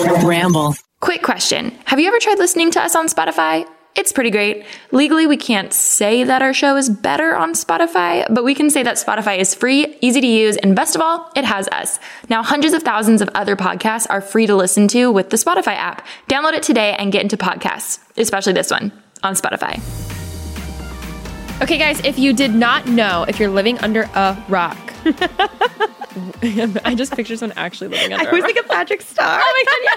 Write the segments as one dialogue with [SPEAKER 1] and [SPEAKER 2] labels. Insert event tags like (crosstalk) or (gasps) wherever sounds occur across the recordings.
[SPEAKER 1] Ramble.
[SPEAKER 2] Quick question Have you ever tried listening to us on Spotify? It's pretty great. Legally, we can't say that our show is better on Spotify, but we can say that Spotify is free, easy to use, and best of all, it has us. Now, hundreds of thousands of other podcasts are free to listen to with the Spotify app. Download it today and get into podcasts, especially this one on Spotify.
[SPEAKER 3] Okay, guys, if you did not know, if you're living under a (laughs) rock, I just picture someone actually living under
[SPEAKER 4] I
[SPEAKER 3] a
[SPEAKER 4] was
[SPEAKER 3] rock.
[SPEAKER 4] like a Patrick Star.
[SPEAKER 3] oh my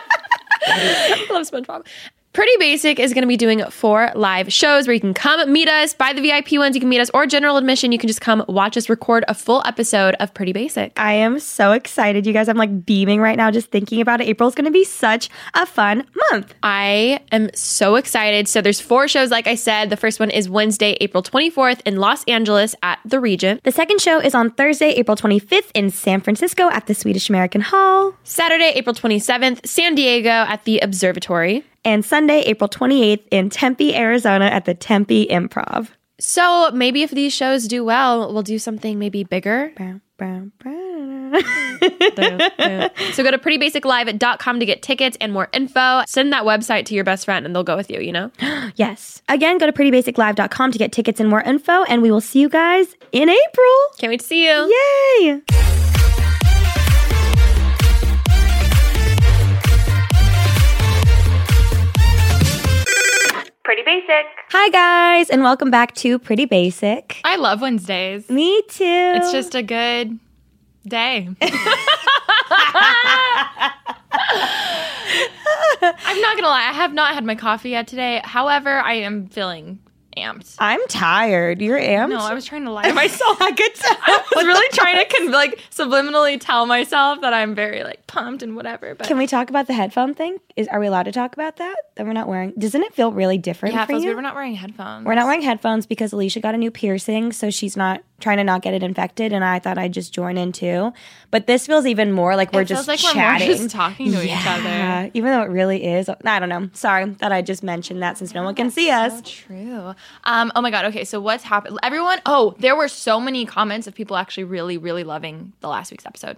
[SPEAKER 3] god, yeah. (laughs) Love SpongeBob. Pretty Basic is going to be doing four live shows where you can come meet us, buy the VIP ones, you can meet us, or general admission. You can just come watch us record a full episode of Pretty Basic.
[SPEAKER 4] I am so excited, you guys. I'm like beaming right now just thinking about it. April's going to be such a fun month.
[SPEAKER 3] I am so excited. So there's four shows, like I said. The first one is Wednesday, April 24th in Los Angeles at the Regent.
[SPEAKER 4] The second show is on Thursday, April 25th in San Francisco at the Swedish American Hall,
[SPEAKER 3] Saturday, April 27th, San Diego at the Observatory.
[SPEAKER 4] and Sunday, April 28th in Tempe, Arizona at the Tempe Improv.
[SPEAKER 3] So maybe if these shows do well, we'll do something maybe bigger.
[SPEAKER 4] Bow, bow, bow.
[SPEAKER 3] So go to prettybasiclive.com to get tickets and more info. Send that website to your best friend and they'll go with you, you know?
[SPEAKER 4] (laughs) Yes. Again, go to prettybasiclive.com to get tickets and more info, and we will see you guys in April.
[SPEAKER 3] Can't wait to see you.
[SPEAKER 4] Yay!
[SPEAKER 5] Pretty basic.
[SPEAKER 4] Hi, guys, and welcome back to Pretty Basic.
[SPEAKER 2] I love Wednesdays.
[SPEAKER 4] Me too.
[SPEAKER 2] It's just a good day. I'm not gonna lie, I have not had my coffee yet today. However, I am feeling amped.
[SPEAKER 4] I'm tired. You're amped.
[SPEAKER 2] No, I was trying to lie to myself.
[SPEAKER 4] (laughs) I could tell.
[SPEAKER 2] I was really trying to con- like subliminally tell myself that I'm very like pumped and whatever. But
[SPEAKER 4] Can we talk about the headphone thing? Is are we allowed to talk about that? That we're not wearing? Doesn't it feel really different
[SPEAKER 2] yeah, it
[SPEAKER 4] for
[SPEAKER 2] feels
[SPEAKER 4] you?
[SPEAKER 2] weird. We're not wearing headphones.
[SPEAKER 4] We're not wearing headphones because Alicia got a new piercing, so she's not trying to not get it infected. And I thought I'd just join in too. But this feels even more like we're
[SPEAKER 2] It feels
[SPEAKER 4] just
[SPEAKER 2] like
[SPEAKER 4] chatting.
[SPEAKER 2] we're more just talking to each
[SPEAKER 4] (laughs) Yeah, even though it really is. I don't know. Sorry that I just mentioned that since no one can see us.
[SPEAKER 2] other. True. Um, oh my god. Okay. So what's happened? Everyone. Oh, there were so many comments of people actually really, really loving the last week's episode.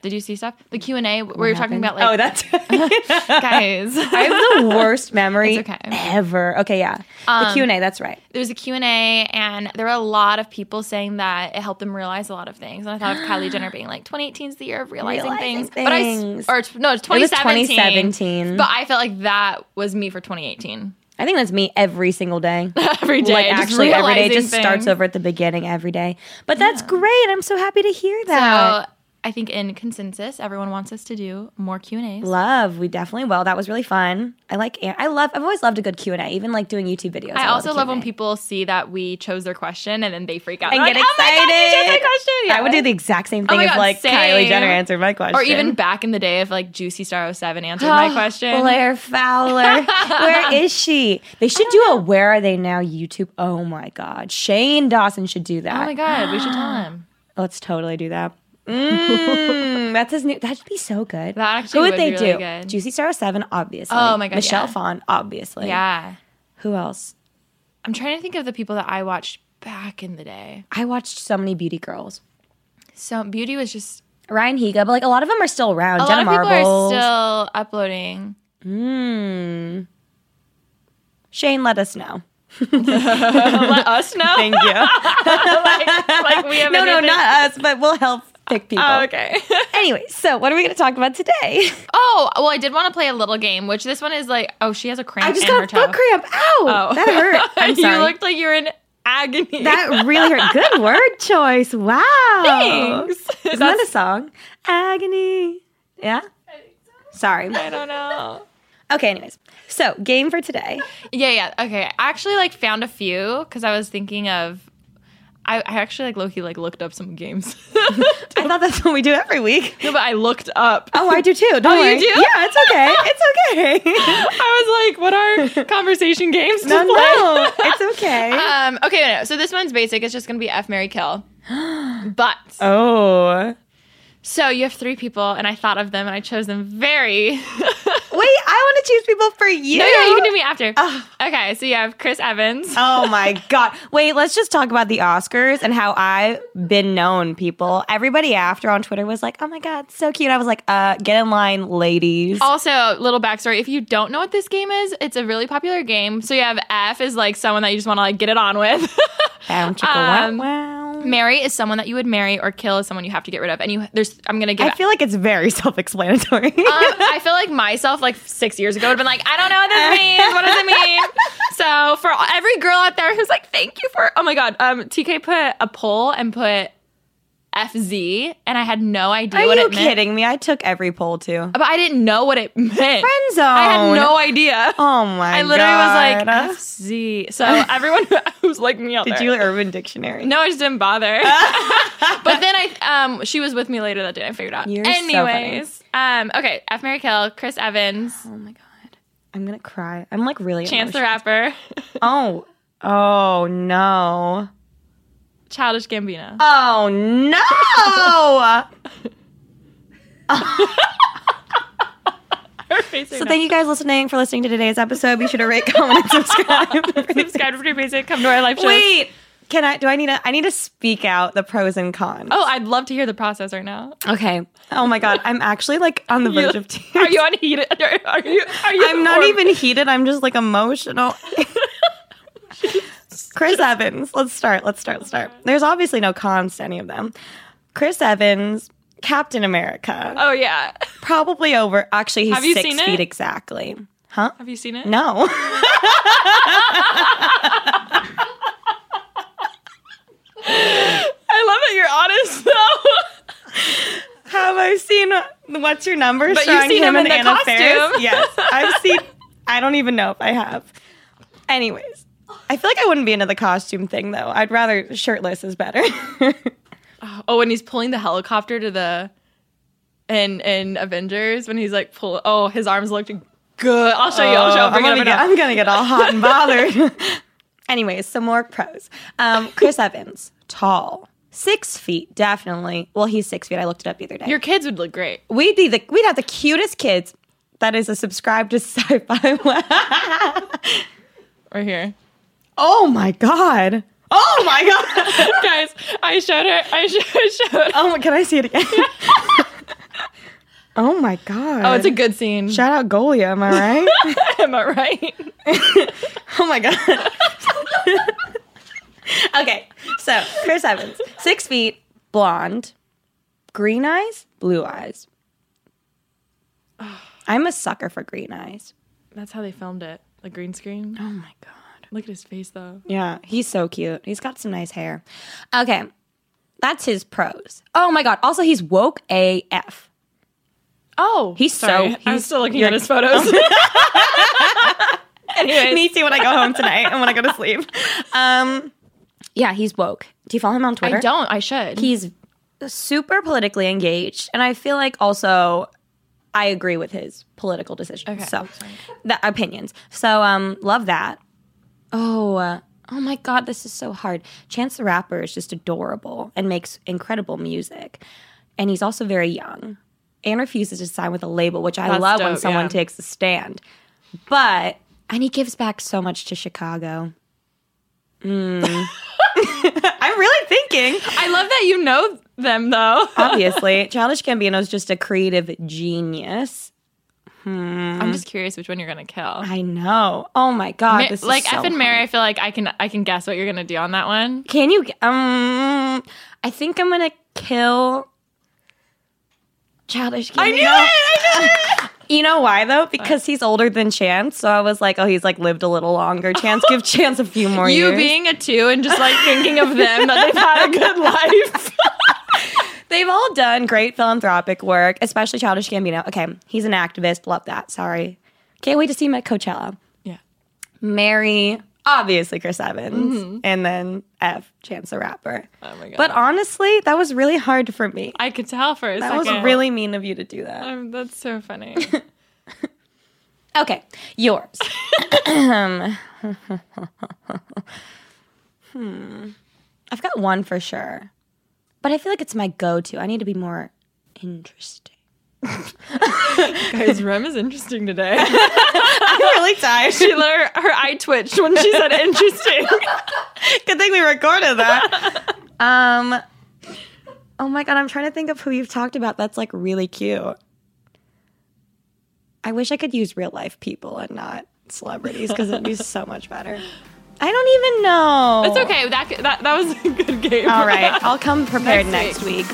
[SPEAKER 2] Did you see stuff? The Q and A where we were talking about
[SPEAKER 4] Oh,
[SPEAKER 2] like (laughs)
[SPEAKER 4] that's (laughs) I
[SPEAKER 2] guys. (laughs)
[SPEAKER 4] have (laughs) the worst memory
[SPEAKER 2] It's okay. Um,
[SPEAKER 4] ever. Okay, yeah. the Q and A. That's right.
[SPEAKER 2] there was a Q&A and there were a lot of people saying that it helped them realize a lot of things. And I thought of Kylie
[SPEAKER 4] (gasps)
[SPEAKER 2] Jenner being like 2018 is the year of realizing,
[SPEAKER 4] Realizing
[SPEAKER 2] things. But I s-
[SPEAKER 4] things.
[SPEAKER 2] or t- no, it's
[SPEAKER 4] was
[SPEAKER 2] 2017.
[SPEAKER 4] 2017.
[SPEAKER 2] But I felt like that was me for 2018.
[SPEAKER 4] I think that's me every
[SPEAKER 2] (laughs)
[SPEAKER 4] single day.
[SPEAKER 2] Every day
[SPEAKER 4] like
[SPEAKER 2] just
[SPEAKER 4] actually every day
[SPEAKER 2] realizing
[SPEAKER 4] just starts
[SPEAKER 2] things.
[SPEAKER 4] over at the beginning every day. But that's great. I'm so happy to hear that.
[SPEAKER 2] So I think in consensus everyone wants us to do more Q&As.
[SPEAKER 4] Love, we definitely will. That was really fun. I like, I love. I've always loved a good Q and A, even like doing YouTube videos.
[SPEAKER 2] I also love
[SPEAKER 4] a
[SPEAKER 2] when
[SPEAKER 4] Q&A.
[SPEAKER 2] people see that we chose their question and then they freak out
[SPEAKER 4] and
[SPEAKER 2] They're
[SPEAKER 4] get
[SPEAKER 2] like,
[SPEAKER 4] excited.
[SPEAKER 2] Oh my God, you chose my question. Yeah.
[SPEAKER 4] I would do the exact same
[SPEAKER 2] Oh
[SPEAKER 4] thing
[SPEAKER 2] my
[SPEAKER 4] if
[SPEAKER 2] God,
[SPEAKER 4] like Kylie
[SPEAKER 2] same.
[SPEAKER 4] Jenner answered my question,
[SPEAKER 2] or even back in the day if like Juicy Star 07 answered
[SPEAKER 4] (gasps)
[SPEAKER 2] my question.
[SPEAKER 4] Blair Fowler,
[SPEAKER 2] (laughs)
[SPEAKER 4] where is she? They should do a Where Are They Now YouTube. Oh my God, Shane Dawson should do that.
[SPEAKER 2] Oh my god, we should tell
[SPEAKER 4] (gasps)
[SPEAKER 2] him.
[SPEAKER 4] Let's totally do that. Mm, that's his new. That'd be so good.
[SPEAKER 2] That actually
[SPEAKER 4] Who would,
[SPEAKER 2] would
[SPEAKER 4] they
[SPEAKER 2] be really
[SPEAKER 4] do?
[SPEAKER 2] good.
[SPEAKER 4] Juicy Star Seven, obviously.
[SPEAKER 2] Oh my God,
[SPEAKER 4] Michelle
[SPEAKER 2] yeah.
[SPEAKER 4] Fawn, obviously.
[SPEAKER 2] Yeah.
[SPEAKER 4] Who else?
[SPEAKER 2] I'm trying to think of the people that I watched back in the day.
[SPEAKER 4] I watched so many Beauty Girls.
[SPEAKER 2] So beauty was just
[SPEAKER 4] Ryan Higa, but like a lot of them are still around.
[SPEAKER 2] a
[SPEAKER 4] Jenna
[SPEAKER 2] lot of people
[SPEAKER 4] Marbles.
[SPEAKER 2] are still
[SPEAKER 4] (laughs)
[SPEAKER 2] uploading.
[SPEAKER 4] Shane, let us know.
[SPEAKER 2] Let us know.
[SPEAKER 4] Thank (laughs) you.
[SPEAKER 2] like, (laughs) like
[SPEAKER 4] (laughs)
[SPEAKER 2] we have
[SPEAKER 4] no, no,
[SPEAKER 2] anything-
[SPEAKER 4] not us, but we'll help pick people.
[SPEAKER 2] Oh, (laughs) okay.
[SPEAKER 4] Anyway, so what are we going to talk about today?
[SPEAKER 2] oh, well, I did want to play a little game, which this one is like, oh, she has a cramp.
[SPEAKER 4] I just
[SPEAKER 2] in
[SPEAKER 4] got
[SPEAKER 2] her
[SPEAKER 4] a foot
[SPEAKER 2] toe.
[SPEAKER 4] cramp. Ow,
[SPEAKER 2] Oh. (laughs)
[SPEAKER 4] that hurt. I'm sorry.
[SPEAKER 2] you looked like you were in agony.
[SPEAKER 4] that really hurt. Good word choice. Wow.
[SPEAKER 2] Thanks.
[SPEAKER 4] Isn't that a song? Agony. Yeah?
[SPEAKER 2] (laughs)
[SPEAKER 4] Sorry.
[SPEAKER 2] I don't know.
[SPEAKER 4] Okay, anyways. So, game for today.
[SPEAKER 2] Yeah, yeah. Okay. I actually like found a few because I was thinking of. I, I actually like Loki like looked up some games. (laughs) no,
[SPEAKER 4] I thought that's what we do every week.
[SPEAKER 2] but I looked up.
[SPEAKER 4] Oh, I do too. Don't
[SPEAKER 2] Oh, you
[SPEAKER 4] worry.
[SPEAKER 2] do?
[SPEAKER 4] Yeah, it's okay.
[SPEAKER 2] (laughs)
[SPEAKER 4] It's okay.
[SPEAKER 2] (laughs) I was like, what are
[SPEAKER 4] (laughs)
[SPEAKER 2] conversation games to
[SPEAKER 4] no,
[SPEAKER 2] play?
[SPEAKER 4] no.
[SPEAKER 2] (laughs)
[SPEAKER 4] It's okay.
[SPEAKER 2] Um, okay, no, no. So this one's basic. It's just gonna be F Mary
[SPEAKER 4] (gasps)
[SPEAKER 2] Kill. But
[SPEAKER 4] Oh.
[SPEAKER 2] so you have three people, and I thought of them, and I chose them very.
[SPEAKER 4] Wait, I want to choose people for you.
[SPEAKER 3] No, no, you can do me (laughs) after. Okay, so you have Chris Evans.
[SPEAKER 4] Oh my god. Wait, let's just talk about the Oscars and how I've been known, people. Everybody after on Twitter was like, "Oh my god, so cute." I was like, "Uh, get in line, ladies."
[SPEAKER 3] Oh, Also, little backstory: if you don't know what this game is, it's a really popular game. So you have F is like someone that you just want to like get it on with. (laughs)
[SPEAKER 4] Bow, chicka, wow,
[SPEAKER 3] um,
[SPEAKER 4] wow.
[SPEAKER 3] marry is someone that you would marry, or kill is someone you have to get rid of. And you, there's, I'm gonna give.
[SPEAKER 4] I feel like it's very (laughs) self-explanatory.
[SPEAKER 3] um, (laughs) I feel like myself, like six years ago, would have been like, I don't know what (laughs) this means. What does it mean? So for all- every girl out there who's like, thank you for, oh my god, um, TK put a poll and put FZ, and I had no idea
[SPEAKER 4] Are
[SPEAKER 3] what
[SPEAKER 4] you
[SPEAKER 3] it meant.
[SPEAKER 4] kidding me? I took every poll too.
[SPEAKER 3] But I didn't know what it meant. Friend
[SPEAKER 4] zone.
[SPEAKER 3] I had no idea.
[SPEAKER 4] Oh my!
[SPEAKER 3] I literally was like
[SPEAKER 4] God.
[SPEAKER 3] uh, FZ. So everyone (laughs) who's like me out
[SPEAKER 4] "Did
[SPEAKER 3] there.
[SPEAKER 4] you Urban Dictionary?"
[SPEAKER 3] no, I just didn't
[SPEAKER 4] (laughs)
[SPEAKER 3] bother. but then I, um, she was with me later that day. I figured out.
[SPEAKER 4] You're so funny.
[SPEAKER 3] Anyways, um, okay. F Mary Kill, Chris Evans,
[SPEAKER 4] Oh my god! I'm gonna cry. I'm like really
[SPEAKER 3] Chance the
[SPEAKER 4] emotional.
[SPEAKER 3] Rapper, (laughs)
[SPEAKER 4] Oh. Oh no.
[SPEAKER 3] Childish Gambino.
[SPEAKER 4] Oh no!
[SPEAKER 3] Her face right
[SPEAKER 4] so
[SPEAKER 3] now.
[SPEAKER 4] thank you guys listening for listening to today's episode. Be sure to rate, (laughs) comment, and subscribe.
[SPEAKER 3] (laughs)
[SPEAKER 4] (laughs)
[SPEAKER 3] subscribe to Pretty Basic. Come to our live shows.
[SPEAKER 4] Wait, can I? Do I need to? I need to speak out the pros and cons.
[SPEAKER 3] Oh, I'd love to hear the process right now.
[SPEAKER 4] okay. Oh my god, I'm actually like (laughs) on the verge of tears.
[SPEAKER 3] Are you unheated? Are, (laughs) are you? Are you?
[SPEAKER 4] I'm not
[SPEAKER 3] or-
[SPEAKER 4] even heated. I'm just like (laughs) emotional. Chris Evans. Let's start. Let's start. Let's start. There's obviously no cons to any of them. Chris Evans, Captain America.
[SPEAKER 3] Oh yeah.
[SPEAKER 4] Probably over. Actually, he's
[SPEAKER 3] Have you
[SPEAKER 4] six
[SPEAKER 3] seen it?
[SPEAKER 4] feet exactly. Huh?
[SPEAKER 3] Have you seen it?
[SPEAKER 4] No. (laughs)
[SPEAKER 3] I love that you're honest
[SPEAKER 4] (laughs)
[SPEAKER 3] though.
[SPEAKER 4] Have I seen what's your number?
[SPEAKER 3] But you've
[SPEAKER 4] starring
[SPEAKER 3] seen him in
[SPEAKER 4] and
[SPEAKER 3] the
[SPEAKER 4] Anna Faris?
[SPEAKER 3] costume.
[SPEAKER 4] (laughs) Yes, I've seen. I don't even know if I have. Anyways, I feel like I wouldn't be into the costume thing though. I'd rather shirtless is better.
[SPEAKER 3] Oh, when he's pulling the helicopter to the in in Avengers when he's like pull oh his arms looked (laughs) good. I'll show you. I'll show.
[SPEAKER 4] Oh,
[SPEAKER 3] I'll bring it up
[SPEAKER 4] I'm, gonna
[SPEAKER 3] and
[SPEAKER 4] get,
[SPEAKER 3] up.
[SPEAKER 4] I'm gonna get all hot and bothered.
[SPEAKER 3] (laughs)
[SPEAKER 4] (laughs) Anyways, some more pros. Um, Chris Evans, tall, six feet, definitely. Well, he's six feet. I looked it up the other day.
[SPEAKER 3] Your kids would look great.
[SPEAKER 4] we'd be the we'd have the cutest kids. That is a subscribe to (laughs) sci-fi. Lab.
[SPEAKER 3] Right here,
[SPEAKER 4] oh my god. Oh my god.
[SPEAKER 3] guys. I showed her. I showed. (laughs) I showed.
[SPEAKER 4] (laughs) Oh, my- can I see it (laughs) again? oh my god.
[SPEAKER 3] Oh, it's a good scene.
[SPEAKER 4] shout out Golia. Am I right?
[SPEAKER 3] Am I right?
[SPEAKER 4] (laughs) Oh my god. okay, so Chris Evans, six feet, blonde, green eyes, blue eyes. I'm a sucker for green eyes.
[SPEAKER 3] That's how they filmed it. The green screen.
[SPEAKER 4] Oh my god.
[SPEAKER 3] Look at his face though.
[SPEAKER 4] Yeah, he's so cute. He's got some nice hair. Okay, that's his pros. Oh my god. Also, he's woke AF.
[SPEAKER 3] Oh,
[SPEAKER 4] He's so-
[SPEAKER 3] sorry. I'm
[SPEAKER 4] he's-
[SPEAKER 3] still looking
[SPEAKER 4] you're-
[SPEAKER 3] at his photos. Anyways,
[SPEAKER 4] Me too when I go home tonight and when I go to sleep. Um, yeah, he's woke. Do you follow him on Twitter?
[SPEAKER 3] I don't. I should.
[SPEAKER 4] he's super politically engaged and i feel like also i agree with his political decisions
[SPEAKER 3] Okay,
[SPEAKER 4] so
[SPEAKER 3] that's fine.
[SPEAKER 4] the opinions so um love that oh uh, oh my god this is so hard chance the rapper is just adorable and makes incredible music and he's also very young and refuses to sign with a label which i
[SPEAKER 3] That's
[SPEAKER 4] love when
[SPEAKER 3] dope,
[SPEAKER 4] someone
[SPEAKER 3] yeah.
[SPEAKER 4] takes a stand but and he gives back so much to chicago
[SPEAKER 3] (laughs)
[SPEAKER 4] Mm. (laughs) i'm really thinking
[SPEAKER 3] I love that you know them though.
[SPEAKER 4] obviously. Childish Gambino is just a creative genius. Hmm.
[SPEAKER 3] I'm just curious which one you're gonna kill.
[SPEAKER 4] I know. Oh my god,
[SPEAKER 3] Ma-
[SPEAKER 4] this is
[SPEAKER 3] like
[SPEAKER 4] so
[SPEAKER 3] F and Mary, I feel like I can I can guess what you're gonna do on that one.
[SPEAKER 4] Can you? Um, I think I'm gonna kill Childish Gambino. I
[SPEAKER 3] knew it! I
[SPEAKER 4] knew (laughs) You know why though? Because he's older than Chance, so I was like, oh, he's like lived a little longer. Chance, give Chance a few more
[SPEAKER 3] You
[SPEAKER 4] years.
[SPEAKER 3] being a two and just like thinking of them that (laughs) they've had a good life.
[SPEAKER 4] They've all done great philanthropic work, especially Childish Gambino. Okay, he's an activist. Love that. Sorry, can't wait to see him at Coachella.
[SPEAKER 3] yeah.
[SPEAKER 4] Mary, obviously Chris Evans, and then F, Chance the Rapper.
[SPEAKER 3] Mm-hmm. Oh my god.
[SPEAKER 4] But honestly, that was really hard for me.
[SPEAKER 3] I could tell for a
[SPEAKER 4] That
[SPEAKER 3] second.
[SPEAKER 4] was really mean of you to do that.
[SPEAKER 3] Um, that's so funny.
[SPEAKER 4] (laughs) Okay, yours. Hmm. I've got one for sure, but I feel like it's my go to. I need to be more interesting.
[SPEAKER 3] (laughs) Guys, Rem is interesting today.
[SPEAKER 4] (laughs) I'm really tired.
[SPEAKER 3] she let her, her eye twitched when she said interesting.
[SPEAKER 4] (laughs) Good thing we recorded that. um, oh my god, I'm trying to think of who you've talked about. That's like really cute. I wish I could use real life people and not celebrities because it'd be so much better. I don't even know.
[SPEAKER 3] It's okay. That, that that was a good game.
[SPEAKER 4] All right, I'll come prepared
[SPEAKER 3] Next
[SPEAKER 4] next week.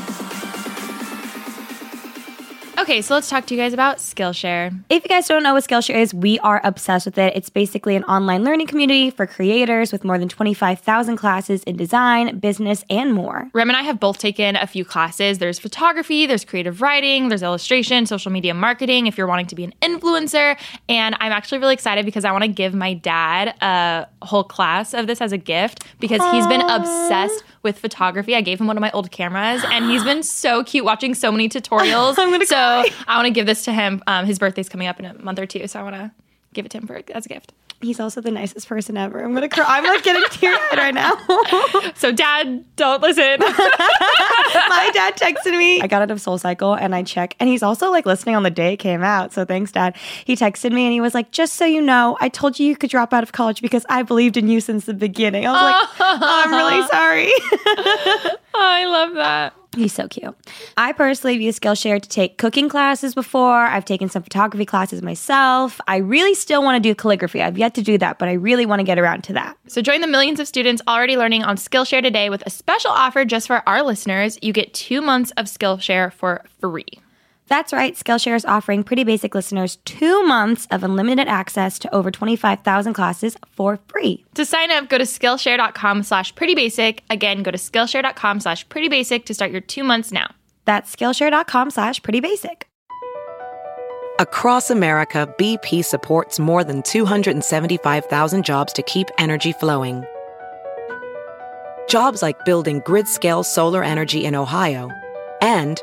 [SPEAKER 3] Okay, so let's talk to you guys about Skillshare.
[SPEAKER 4] If you guys don't know what Skillshare is, we are obsessed with it. It's basically an online learning community for creators with more than 25,000 classes in design, business, and more.
[SPEAKER 3] Rem and I have both taken a few classes. There's photography, there's creative writing, there's illustration, social media marketing if you're wanting to be an influencer. And I'm actually really excited because I want to give my dad a whole class of this as a gift because he's been obsessed with photography. I gave him one of my old cameras and he's been so cute watching so many tutorials.
[SPEAKER 4] (laughs) I'm gonna
[SPEAKER 3] so
[SPEAKER 4] cry.
[SPEAKER 3] I want to give this to him. Um, his birthday's coming up in a month or two, so I want to give it to him for as a gift.
[SPEAKER 4] He's also the nicest person ever. I'm gonna cry. I'm like getting teary eyed right (laughs) now.
[SPEAKER 3] So, dad, don't listen. (laughs)
[SPEAKER 4] My dad texted me. I got out of Soul Cycle and I check, and he's also like listening on the day it came out. So thanks, Dad. He texted me and he was like, "Just so you know, I told you you could drop out of college because I believed in you since the beginning." I (laughs) was like, "I'm really sorry." (laughs)
[SPEAKER 3] I love that.
[SPEAKER 4] He's so cute. I personally have used Skillshare to take cooking classes before. I've taken some photography classes myself. I really still want to do calligraphy. I've yet to do that, but I really want to get around to that.
[SPEAKER 3] So join the millions of students already learning on Skillshare today with a special offer just for our listeners. You get two months of Skillshare for free.
[SPEAKER 4] That's right, Skillshare is offering Pretty Basic listeners two months of unlimited access to over 25,000 classes for free.
[SPEAKER 3] To sign up, go to Skillshare.com slash pretty basic. Again, go to Skillshare.com slash pretty basic to start your two months now.
[SPEAKER 4] That's skillshare.com slash pretty basic.
[SPEAKER 1] Across America, BP supports more than 275,000 jobs to keep energy flowing. Jobs like building grid scale solar energy in Ohio and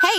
[SPEAKER 5] Hey,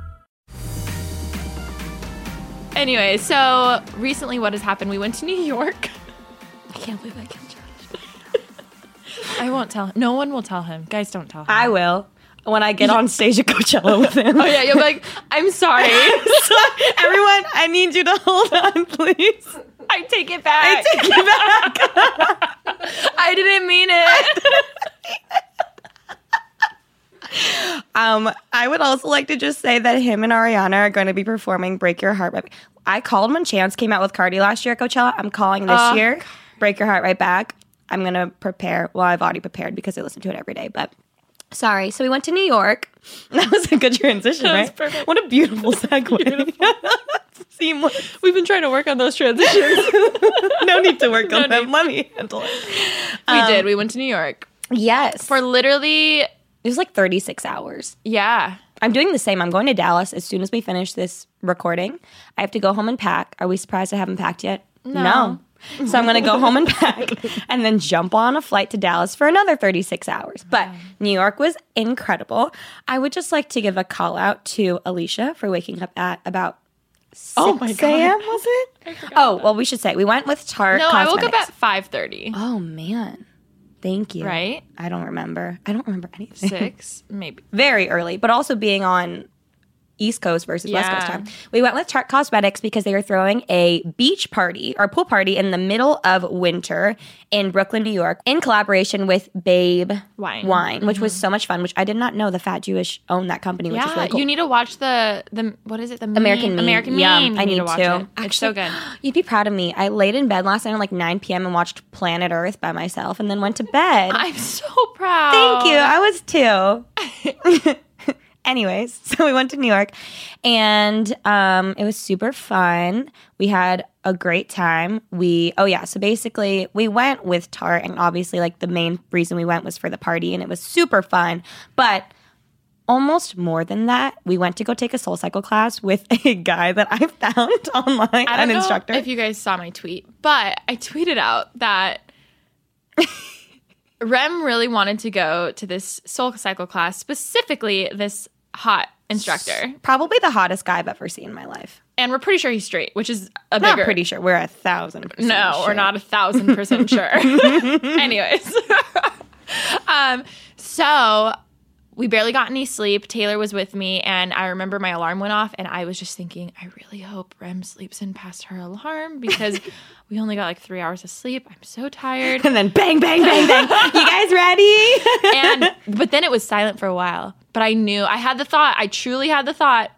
[SPEAKER 3] Anyway, so recently what has happened? We went to New York. (laughs)
[SPEAKER 4] I can't believe I killed Josh.
[SPEAKER 3] I won't tell him. No one will tell him. Guys, don't tell him.
[SPEAKER 4] I will when I get on stage at Coachella with him.
[SPEAKER 3] oh, yeah, you'll be like, I'm
[SPEAKER 4] (laughs)
[SPEAKER 3] sorry.
[SPEAKER 4] Everyone, I need you to hold on, please.
[SPEAKER 3] I take it back. I,
[SPEAKER 4] Take it back.
[SPEAKER 3] (laughs) didn't mean it.
[SPEAKER 4] Um, I would also like to just say that him and Ariana are going to be performing "Break Your Heart." Right Back. I called when Chance came out with Cardi last year at Coachella. I'm calling this year. "Break Your Heart" right back. I'm gonna prepare. Well, I've already prepared because I listen to it every day. But sorry. So we went to New York. (laughs) That was a good transition,
[SPEAKER 3] That was
[SPEAKER 4] right?
[SPEAKER 3] perfect.
[SPEAKER 4] What a
[SPEAKER 3] (laughs)
[SPEAKER 4] beautiful segue. (laughs) Seamless.
[SPEAKER 3] We've been trying to work on those transitions.
[SPEAKER 4] No need to work
[SPEAKER 3] (laughs)
[SPEAKER 4] on
[SPEAKER 3] No
[SPEAKER 4] them. Let me handle it.
[SPEAKER 3] we
[SPEAKER 4] Um,
[SPEAKER 3] did. We went to New York.
[SPEAKER 4] Yes.
[SPEAKER 3] For literally,
[SPEAKER 4] it was like 36 hours.
[SPEAKER 3] yeah.
[SPEAKER 4] I'm doing the same. I'm going to Dallas as soon as we finish this recording. I have to go home and pack. Are we surprised I haven't packed yet? No. So I'm going to go home and pack (laughs) and then jump on a flight to Dallas for another 36 hours. But New York was incredible. I would just like to give a call out to Alicia for waking up at about 6
[SPEAKER 3] Oh my God. (laughs)
[SPEAKER 4] a.m. was it? Oh, well, we should say we went with Tarte.
[SPEAKER 3] No, I woke up
[SPEAKER 4] Cosmetics.
[SPEAKER 3] at five thirty.
[SPEAKER 4] Oh man. Thank you.
[SPEAKER 3] Right?
[SPEAKER 4] I don't remember. I don't remember anything (laughs)
[SPEAKER 3] Six, maybe.
[SPEAKER 4] very early, but also being on East Coast versus West Coast
[SPEAKER 3] Yeah.
[SPEAKER 4] time. We went with Tarte Cosmetics because they were throwing a beach party or pool party in the middle of winter in Brooklyn, New York, in collaboration with Babe
[SPEAKER 3] Wine. Mm-hmm.
[SPEAKER 4] which was so much fun. Which I did not know the Fat Jewish owned that company, which is
[SPEAKER 3] Yeah,
[SPEAKER 4] really cool.
[SPEAKER 3] you need to watch the the what is it? The
[SPEAKER 4] American
[SPEAKER 3] meme?
[SPEAKER 4] Meme.
[SPEAKER 3] American
[SPEAKER 4] Yeah,
[SPEAKER 3] Meme. You
[SPEAKER 4] I need
[SPEAKER 3] to watch
[SPEAKER 4] to.
[SPEAKER 3] it. it's so
[SPEAKER 4] (gasps)
[SPEAKER 3] good.
[SPEAKER 4] You'd be proud of me. I laid in bed last night at like 9 p.m. and watched Planet Earth by myself, and then went to bed.
[SPEAKER 3] I'm so proud. (laughs)
[SPEAKER 4] Thank you. I was too. Anyways, (laughs) so we went to New York and um, it was super fun. We had a great time. We, oh yeah, so basically we went with Tart and obviously like the main reason we went was for the party and it was super fun. But almost more than that, we went to go take a soul cycle class with (laughs) a guy that I found (laughs) online,
[SPEAKER 3] I don't
[SPEAKER 4] an
[SPEAKER 3] know
[SPEAKER 4] instructor.
[SPEAKER 3] If you guys saw my tweet, but I tweeted out
[SPEAKER 4] (laughs)
[SPEAKER 3] that Rem really wanted to go to this soul cycle class, specifically this hot instructor,
[SPEAKER 4] Probably the hottest guy I've ever seen in my life.
[SPEAKER 3] and we're pretty sure he's straight, which is a
[SPEAKER 4] Not
[SPEAKER 3] bigger.
[SPEAKER 4] pretty sure. We're a thousand percent
[SPEAKER 3] no,
[SPEAKER 4] sure.
[SPEAKER 3] we're not a thousand percent sure.
[SPEAKER 4] (laughs)
[SPEAKER 3] Anyways, (laughs) um, so we barely got any sleep. Taylor was with me, and I remember my alarm went off, and I was just thinking, I really hope Rem sleeps in past her alarm because
[SPEAKER 4] (laughs)
[SPEAKER 3] we only got like three hours of sleep. I'm so tired.
[SPEAKER 4] And then bang, bang, bang, bang. (laughs) you guys ready?
[SPEAKER 3] and but then it was silent for a while. But I knew I had the thought. I truly had the thought.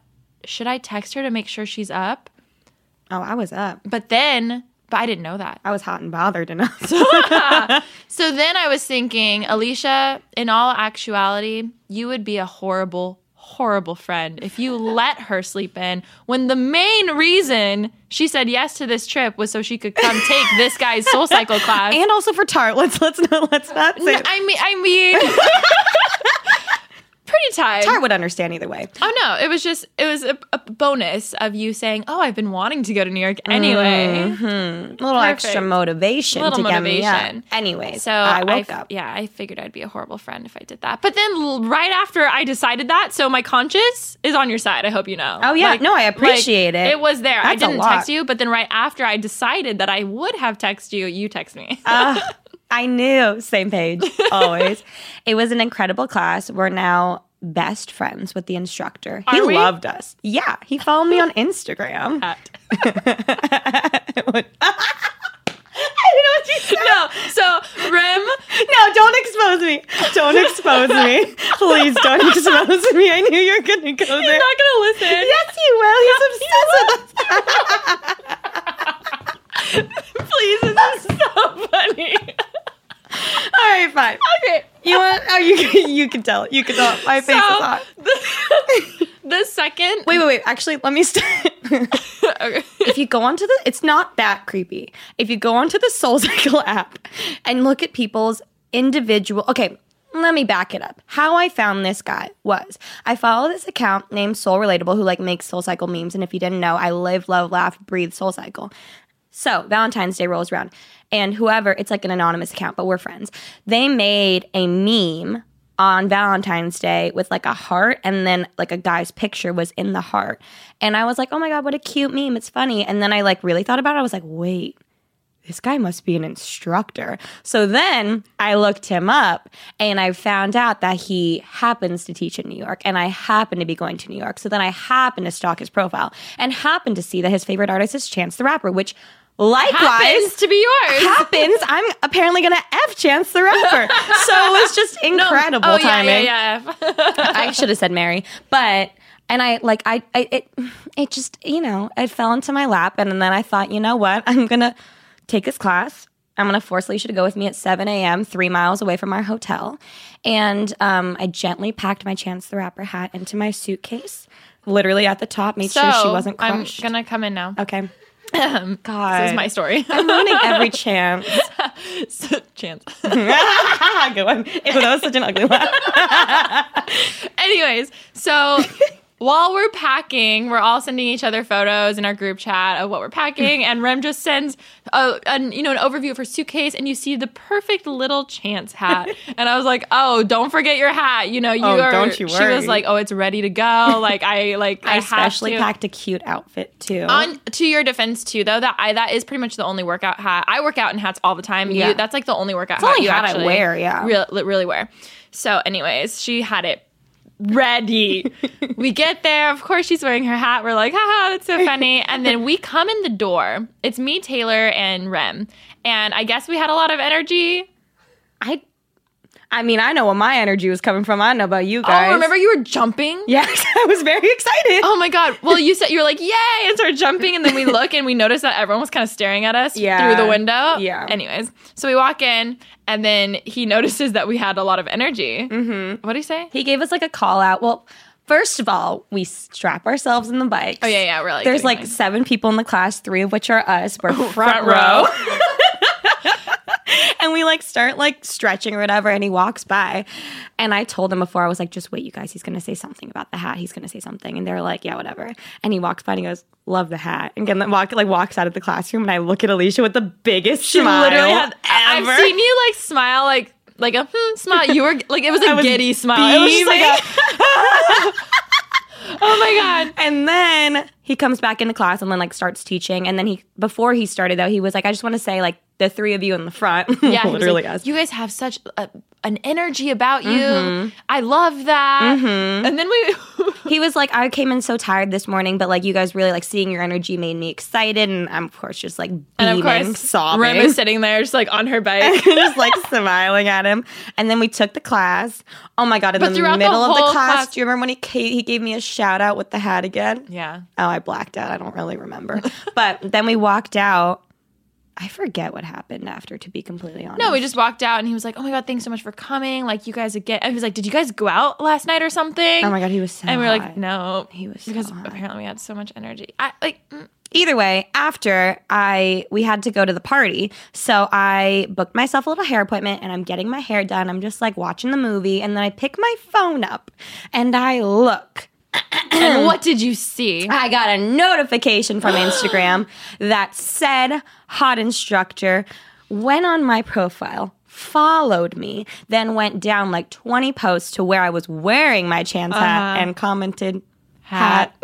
[SPEAKER 3] Should I text her to make sure she's up?
[SPEAKER 4] (laughs) Oh, I was up.
[SPEAKER 3] But then, but I didn't know that.
[SPEAKER 4] I was hot and bothered enough.
[SPEAKER 3] So then I was thinking, Alicia, in all actuality, you would be a horrible, horrible friend if you let her sleep in when the main reason she said yes to this trip was so she could come take this guy's soul cycle class.
[SPEAKER 4] and also for Tart. Let's let's not let's not say
[SPEAKER 3] I mean, I mean, (laughs) pretty tired.
[SPEAKER 4] Tart would understand either way.
[SPEAKER 3] Oh no, it was just it was a, a bonus of you saying, "Oh, I've been wanting to go to New York anyway."
[SPEAKER 4] A little extra
[SPEAKER 3] Perfect.
[SPEAKER 4] motivation
[SPEAKER 3] Little
[SPEAKER 4] to get me
[SPEAKER 3] motivation.
[SPEAKER 4] up. Anyway,
[SPEAKER 3] So
[SPEAKER 4] I woke
[SPEAKER 3] f-
[SPEAKER 4] up.
[SPEAKER 3] Yeah, I figured I'd be a horrible friend if I did that. But then l- right after I decided that, so my conscience is on your side. I hope you know.
[SPEAKER 4] Oh, yeah. No, I appreciate it.
[SPEAKER 3] It was there. I
[SPEAKER 4] That's a
[SPEAKER 3] didn't
[SPEAKER 4] lot.
[SPEAKER 3] text you, but then right after I decided that I would have texted you, you text me.
[SPEAKER 4] Uh, I knew. Same page. (laughs) Always. it was an incredible class. We're now best friends with the instructor. he
[SPEAKER 3] Are we?
[SPEAKER 4] loved us. Yeah. He followed (laughs) me on Instagram. I didn't know what you (laughs) said.
[SPEAKER 3] (laughs) no, so
[SPEAKER 4] (laughs)
[SPEAKER 3] (laughs) Rem,
[SPEAKER 4] No, don't expose me. Don't expose (laughs) me. Please don't (laughs) expose me. I knew you were going to go there.
[SPEAKER 3] I'm not gonna listen.
[SPEAKER 4] Yes,
[SPEAKER 3] (laughs)
[SPEAKER 4] you will. He's obsessed with us.
[SPEAKER 3] please, this is so
[SPEAKER 4] (laughs)
[SPEAKER 3] funny.
[SPEAKER 4] All right, fine.
[SPEAKER 3] okay.
[SPEAKER 4] You want? Oh, you can, (laughs) you can tell. You can tell. My face is hot.
[SPEAKER 3] Um, the, (laughs) the second
[SPEAKER 4] Wait, wait, wait. Actually, let me start.
[SPEAKER 3] (laughs) okay.
[SPEAKER 4] if you go onto the, it's not that creepy. If you go onto the Soul Cycle (laughs) app and look at people's individual, okay. Let me back it up. How I found this guy was I follow this account named Soul Relatable who like makes Soul Cycle memes. And if you didn't know, I live, love, laugh, breathe Soul Cycle. So Valentine's Day rolls around, and whoever, it's like an anonymous account, but we're friends. They made a meme on Valentine's Day with like a heart, and then like a guy's picture was in the heart. And I was like, oh my God, what a cute meme. It's funny. And then I like really thought about it. I was like, wait, this guy must be an instructor. So then I looked him up and I found out that he happens to teach in New York and I happen to be going to New York. So then I happen to stalk his profile and happen to see that his favorite artist is Chance the Rapper, which
[SPEAKER 3] happens
[SPEAKER 4] likewise
[SPEAKER 3] to be yours.
[SPEAKER 4] happens. I'm apparently going to F Chance the Rapper. So it
[SPEAKER 3] (laughs)
[SPEAKER 4] was just incredible
[SPEAKER 3] oh,
[SPEAKER 4] timing.
[SPEAKER 3] Yeah, yeah, yeah.
[SPEAKER 4] I should have said Mary, but and I like I, I it it just you know it fell into my lap, and then I thought you know what I'm gonna take this class. I'm gonna force Leisha to go with me at 7 a.m. three miles away from our hotel, and um, I gently packed my Chance the Rapper hat into my suitcase, literally at the top, made sure she wasn't
[SPEAKER 3] I'm
[SPEAKER 4] crushed.
[SPEAKER 3] gonna come in now.
[SPEAKER 4] okay,
[SPEAKER 3] This
[SPEAKER 4] God,
[SPEAKER 3] is my story.
[SPEAKER 4] (laughs)
[SPEAKER 3] (laughs)
[SPEAKER 4] I'm ruining every chance.
[SPEAKER 3] So,
[SPEAKER 4] (laughs)
[SPEAKER 3] Chance. Ah,
[SPEAKER 4] Good one. Ew, that was such an ugly laugh.
[SPEAKER 3] Anyways,
[SPEAKER 4] (laughs)
[SPEAKER 3] so while we're packing, we're all sending each other photos in our group chat of what we're packing, and Rem just sends a, an you know an overview of her suitcase, and you see the perfect little Chance
[SPEAKER 4] (laughs)
[SPEAKER 3] hat, and I was like, oh, don't forget your hat. You know, you
[SPEAKER 4] Oh,
[SPEAKER 3] are.
[SPEAKER 4] don't you
[SPEAKER 3] She was
[SPEAKER 4] worry.
[SPEAKER 3] like, oh, it's ready to go. Like I like I,
[SPEAKER 4] I
[SPEAKER 3] have
[SPEAKER 4] especially
[SPEAKER 3] to. Ah,
[SPEAKER 4] packed a cute outfit too.
[SPEAKER 3] On to your defense too, though that I that is pretty much the only workout hat I work out in hats all the time. You-
[SPEAKER 4] Yeah.
[SPEAKER 3] that's like the only workout
[SPEAKER 4] the
[SPEAKER 3] hat
[SPEAKER 4] only
[SPEAKER 3] you
[SPEAKER 4] hat I
[SPEAKER 3] actually
[SPEAKER 4] wear, yeah.
[SPEAKER 3] real- li- really wear. So, anyways, she had it ready.
[SPEAKER 4] (laughs)
[SPEAKER 3] we get there. Of course, she's wearing her hat. We're like, haha, that's so funny. And then we come in the door. It's me, Taylor, and Rem. And I guess we had a lot of energy.
[SPEAKER 4] I I mean, I know where my energy was coming from. I don't know about you guys.
[SPEAKER 3] Oh, remember you were jumping?
[SPEAKER 4] (laughs) Yes, I was very excited.
[SPEAKER 3] Oh my
[SPEAKER 4] (laughs)
[SPEAKER 3] god! Well, you said you were like, "Yay!" and start jumping, and then we look and we notice that everyone was kind of staring at us
[SPEAKER 4] Yeah.
[SPEAKER 3] through the window.
[SPEAKER 4] Yeah.
[SPEAKER 3] Anyways, so we walk in, and (laughs) then he notices that we had a lot of energy. Mm-hmm. What do you say?
[SPEAKER 4] He gave us like a call out. Well, First of all, we strap ourselves in the bikes.
[SPEAKER 3] Oh, yeah, yeah, we're, like,
[SPEAKER 4] There's
[SPEAKER 3] getting
[SPEAKER 4] like
[SPEAKER 3] wine.
[SPEAKER 4] seven people in the class, three of which are us. We're front, row. (laughs)
[SPEAKER 3] row. (laughs)
[SPEAKER 4] and we like start like stretching or whatever and he walks by and i told him before i was like just wait you guys he's gonna say something about the hat he's gonna say something and they're like yeah whatever and he walks by and he goes love the hat and again like, walk, like walks out of the classroom and i look at alicia with the biggest
[SPEAKER 3] She
[SPEAKER 4] smile
[SPEAKER 3] literally had.
[SPEAKER 4] (laughs) ever.
[SPEAKER 3] I've seen you like smile, like like a hmm, smile. You were like it
[SPEAKER 4] (laughs)
[SPEAKER 3] was a
[SPEAKER 4] was
[SPEAKER 3] giddy smile. It was just like
[SPEAKER 4] beaming.
[SPEAKER 3] a- (laughs) oh my
[SPEAKER 4] (laughs)
[SPEAKER 3] god.
[SPEAKER 4] And then he comes back into class and then like starts teaching. And then he before he started though, he was like, I just want to say like the three of you in the front. (laughs)
[SPEAKER 3] Yeah, he was
[SPEAKER 4] literally
[SPEAKER 3] like,
[SPEAKER 4] us.
[SPEAKER 3] You guys have such a, an energy about you.
[SPEAKER 4] Mm-hmm.
[SPEAKER 3] I love that. And then we. (laughs)
[SPEAKER 4] he was like, I came in so tired this morning, but like you guys really like seeing your energy made me excited. And I'm of course just like beaming,
[SPEAKER 3] And of course,
[SPEAKER 4] sobbing. (laughs)
[SPEAKER 3] Rem is sitting there just like on her bike.
[SPEAKER 4] just like smiling at him. And then we took the class. Oh my god! In
[SPEAKER 3] But
[SPEAKER 4] the
[SPEAKER 3] throughout the
[SPEAKER 4] middle of the
[SPEAKER 3] whole
[SPEAKER 4] class,
[SPEAKER 3] class-
[SPEAKER 4] do you remember when he ca- he gave me a shout out with the hat again?
[SPEAKER 3] yeah.
[SPEAKER 4] Oh, I blacked out. I don't really remember. but then we walked out. I forget what happened after, to be completely honest.
[SPEAKER 3] No, we just walked out and he was like, oh my God, thanks so much for coming. Like, you guys again. And he was like, did you guys go out last night or something?
[SPEAKER 4] Oh my God, he was so
[SPEAKER 3] And we were like,
[SPEAKER 4] hot.
[SPEAKER 3] no.
[SPEAKER 4] He was so
[SPEAKER 3] Because
[SPEAKER 4] hot.
[SPEAKER 3] apparently we had so much energy. I like, mm,
[SPEAKER 4] Either way, after I we had to go to the party, so I booked myself a little hair appointment, and I'm getting my hair done. I'm just like watching the movie, and then I pick my phone up, and I look.
[SPEAKER 3] and what did you see?
[SPEAKER 4] I got a notification from
[SPEAKER 3] (gasps)
[SPEAKER 4] Instagram that said hot instructor went on my profile, followed me, then went down like 20 posts to where I was wearing my chance hat
[SPEAKER 3] Uh-huh.
[SPEAKER 4] and commented hat.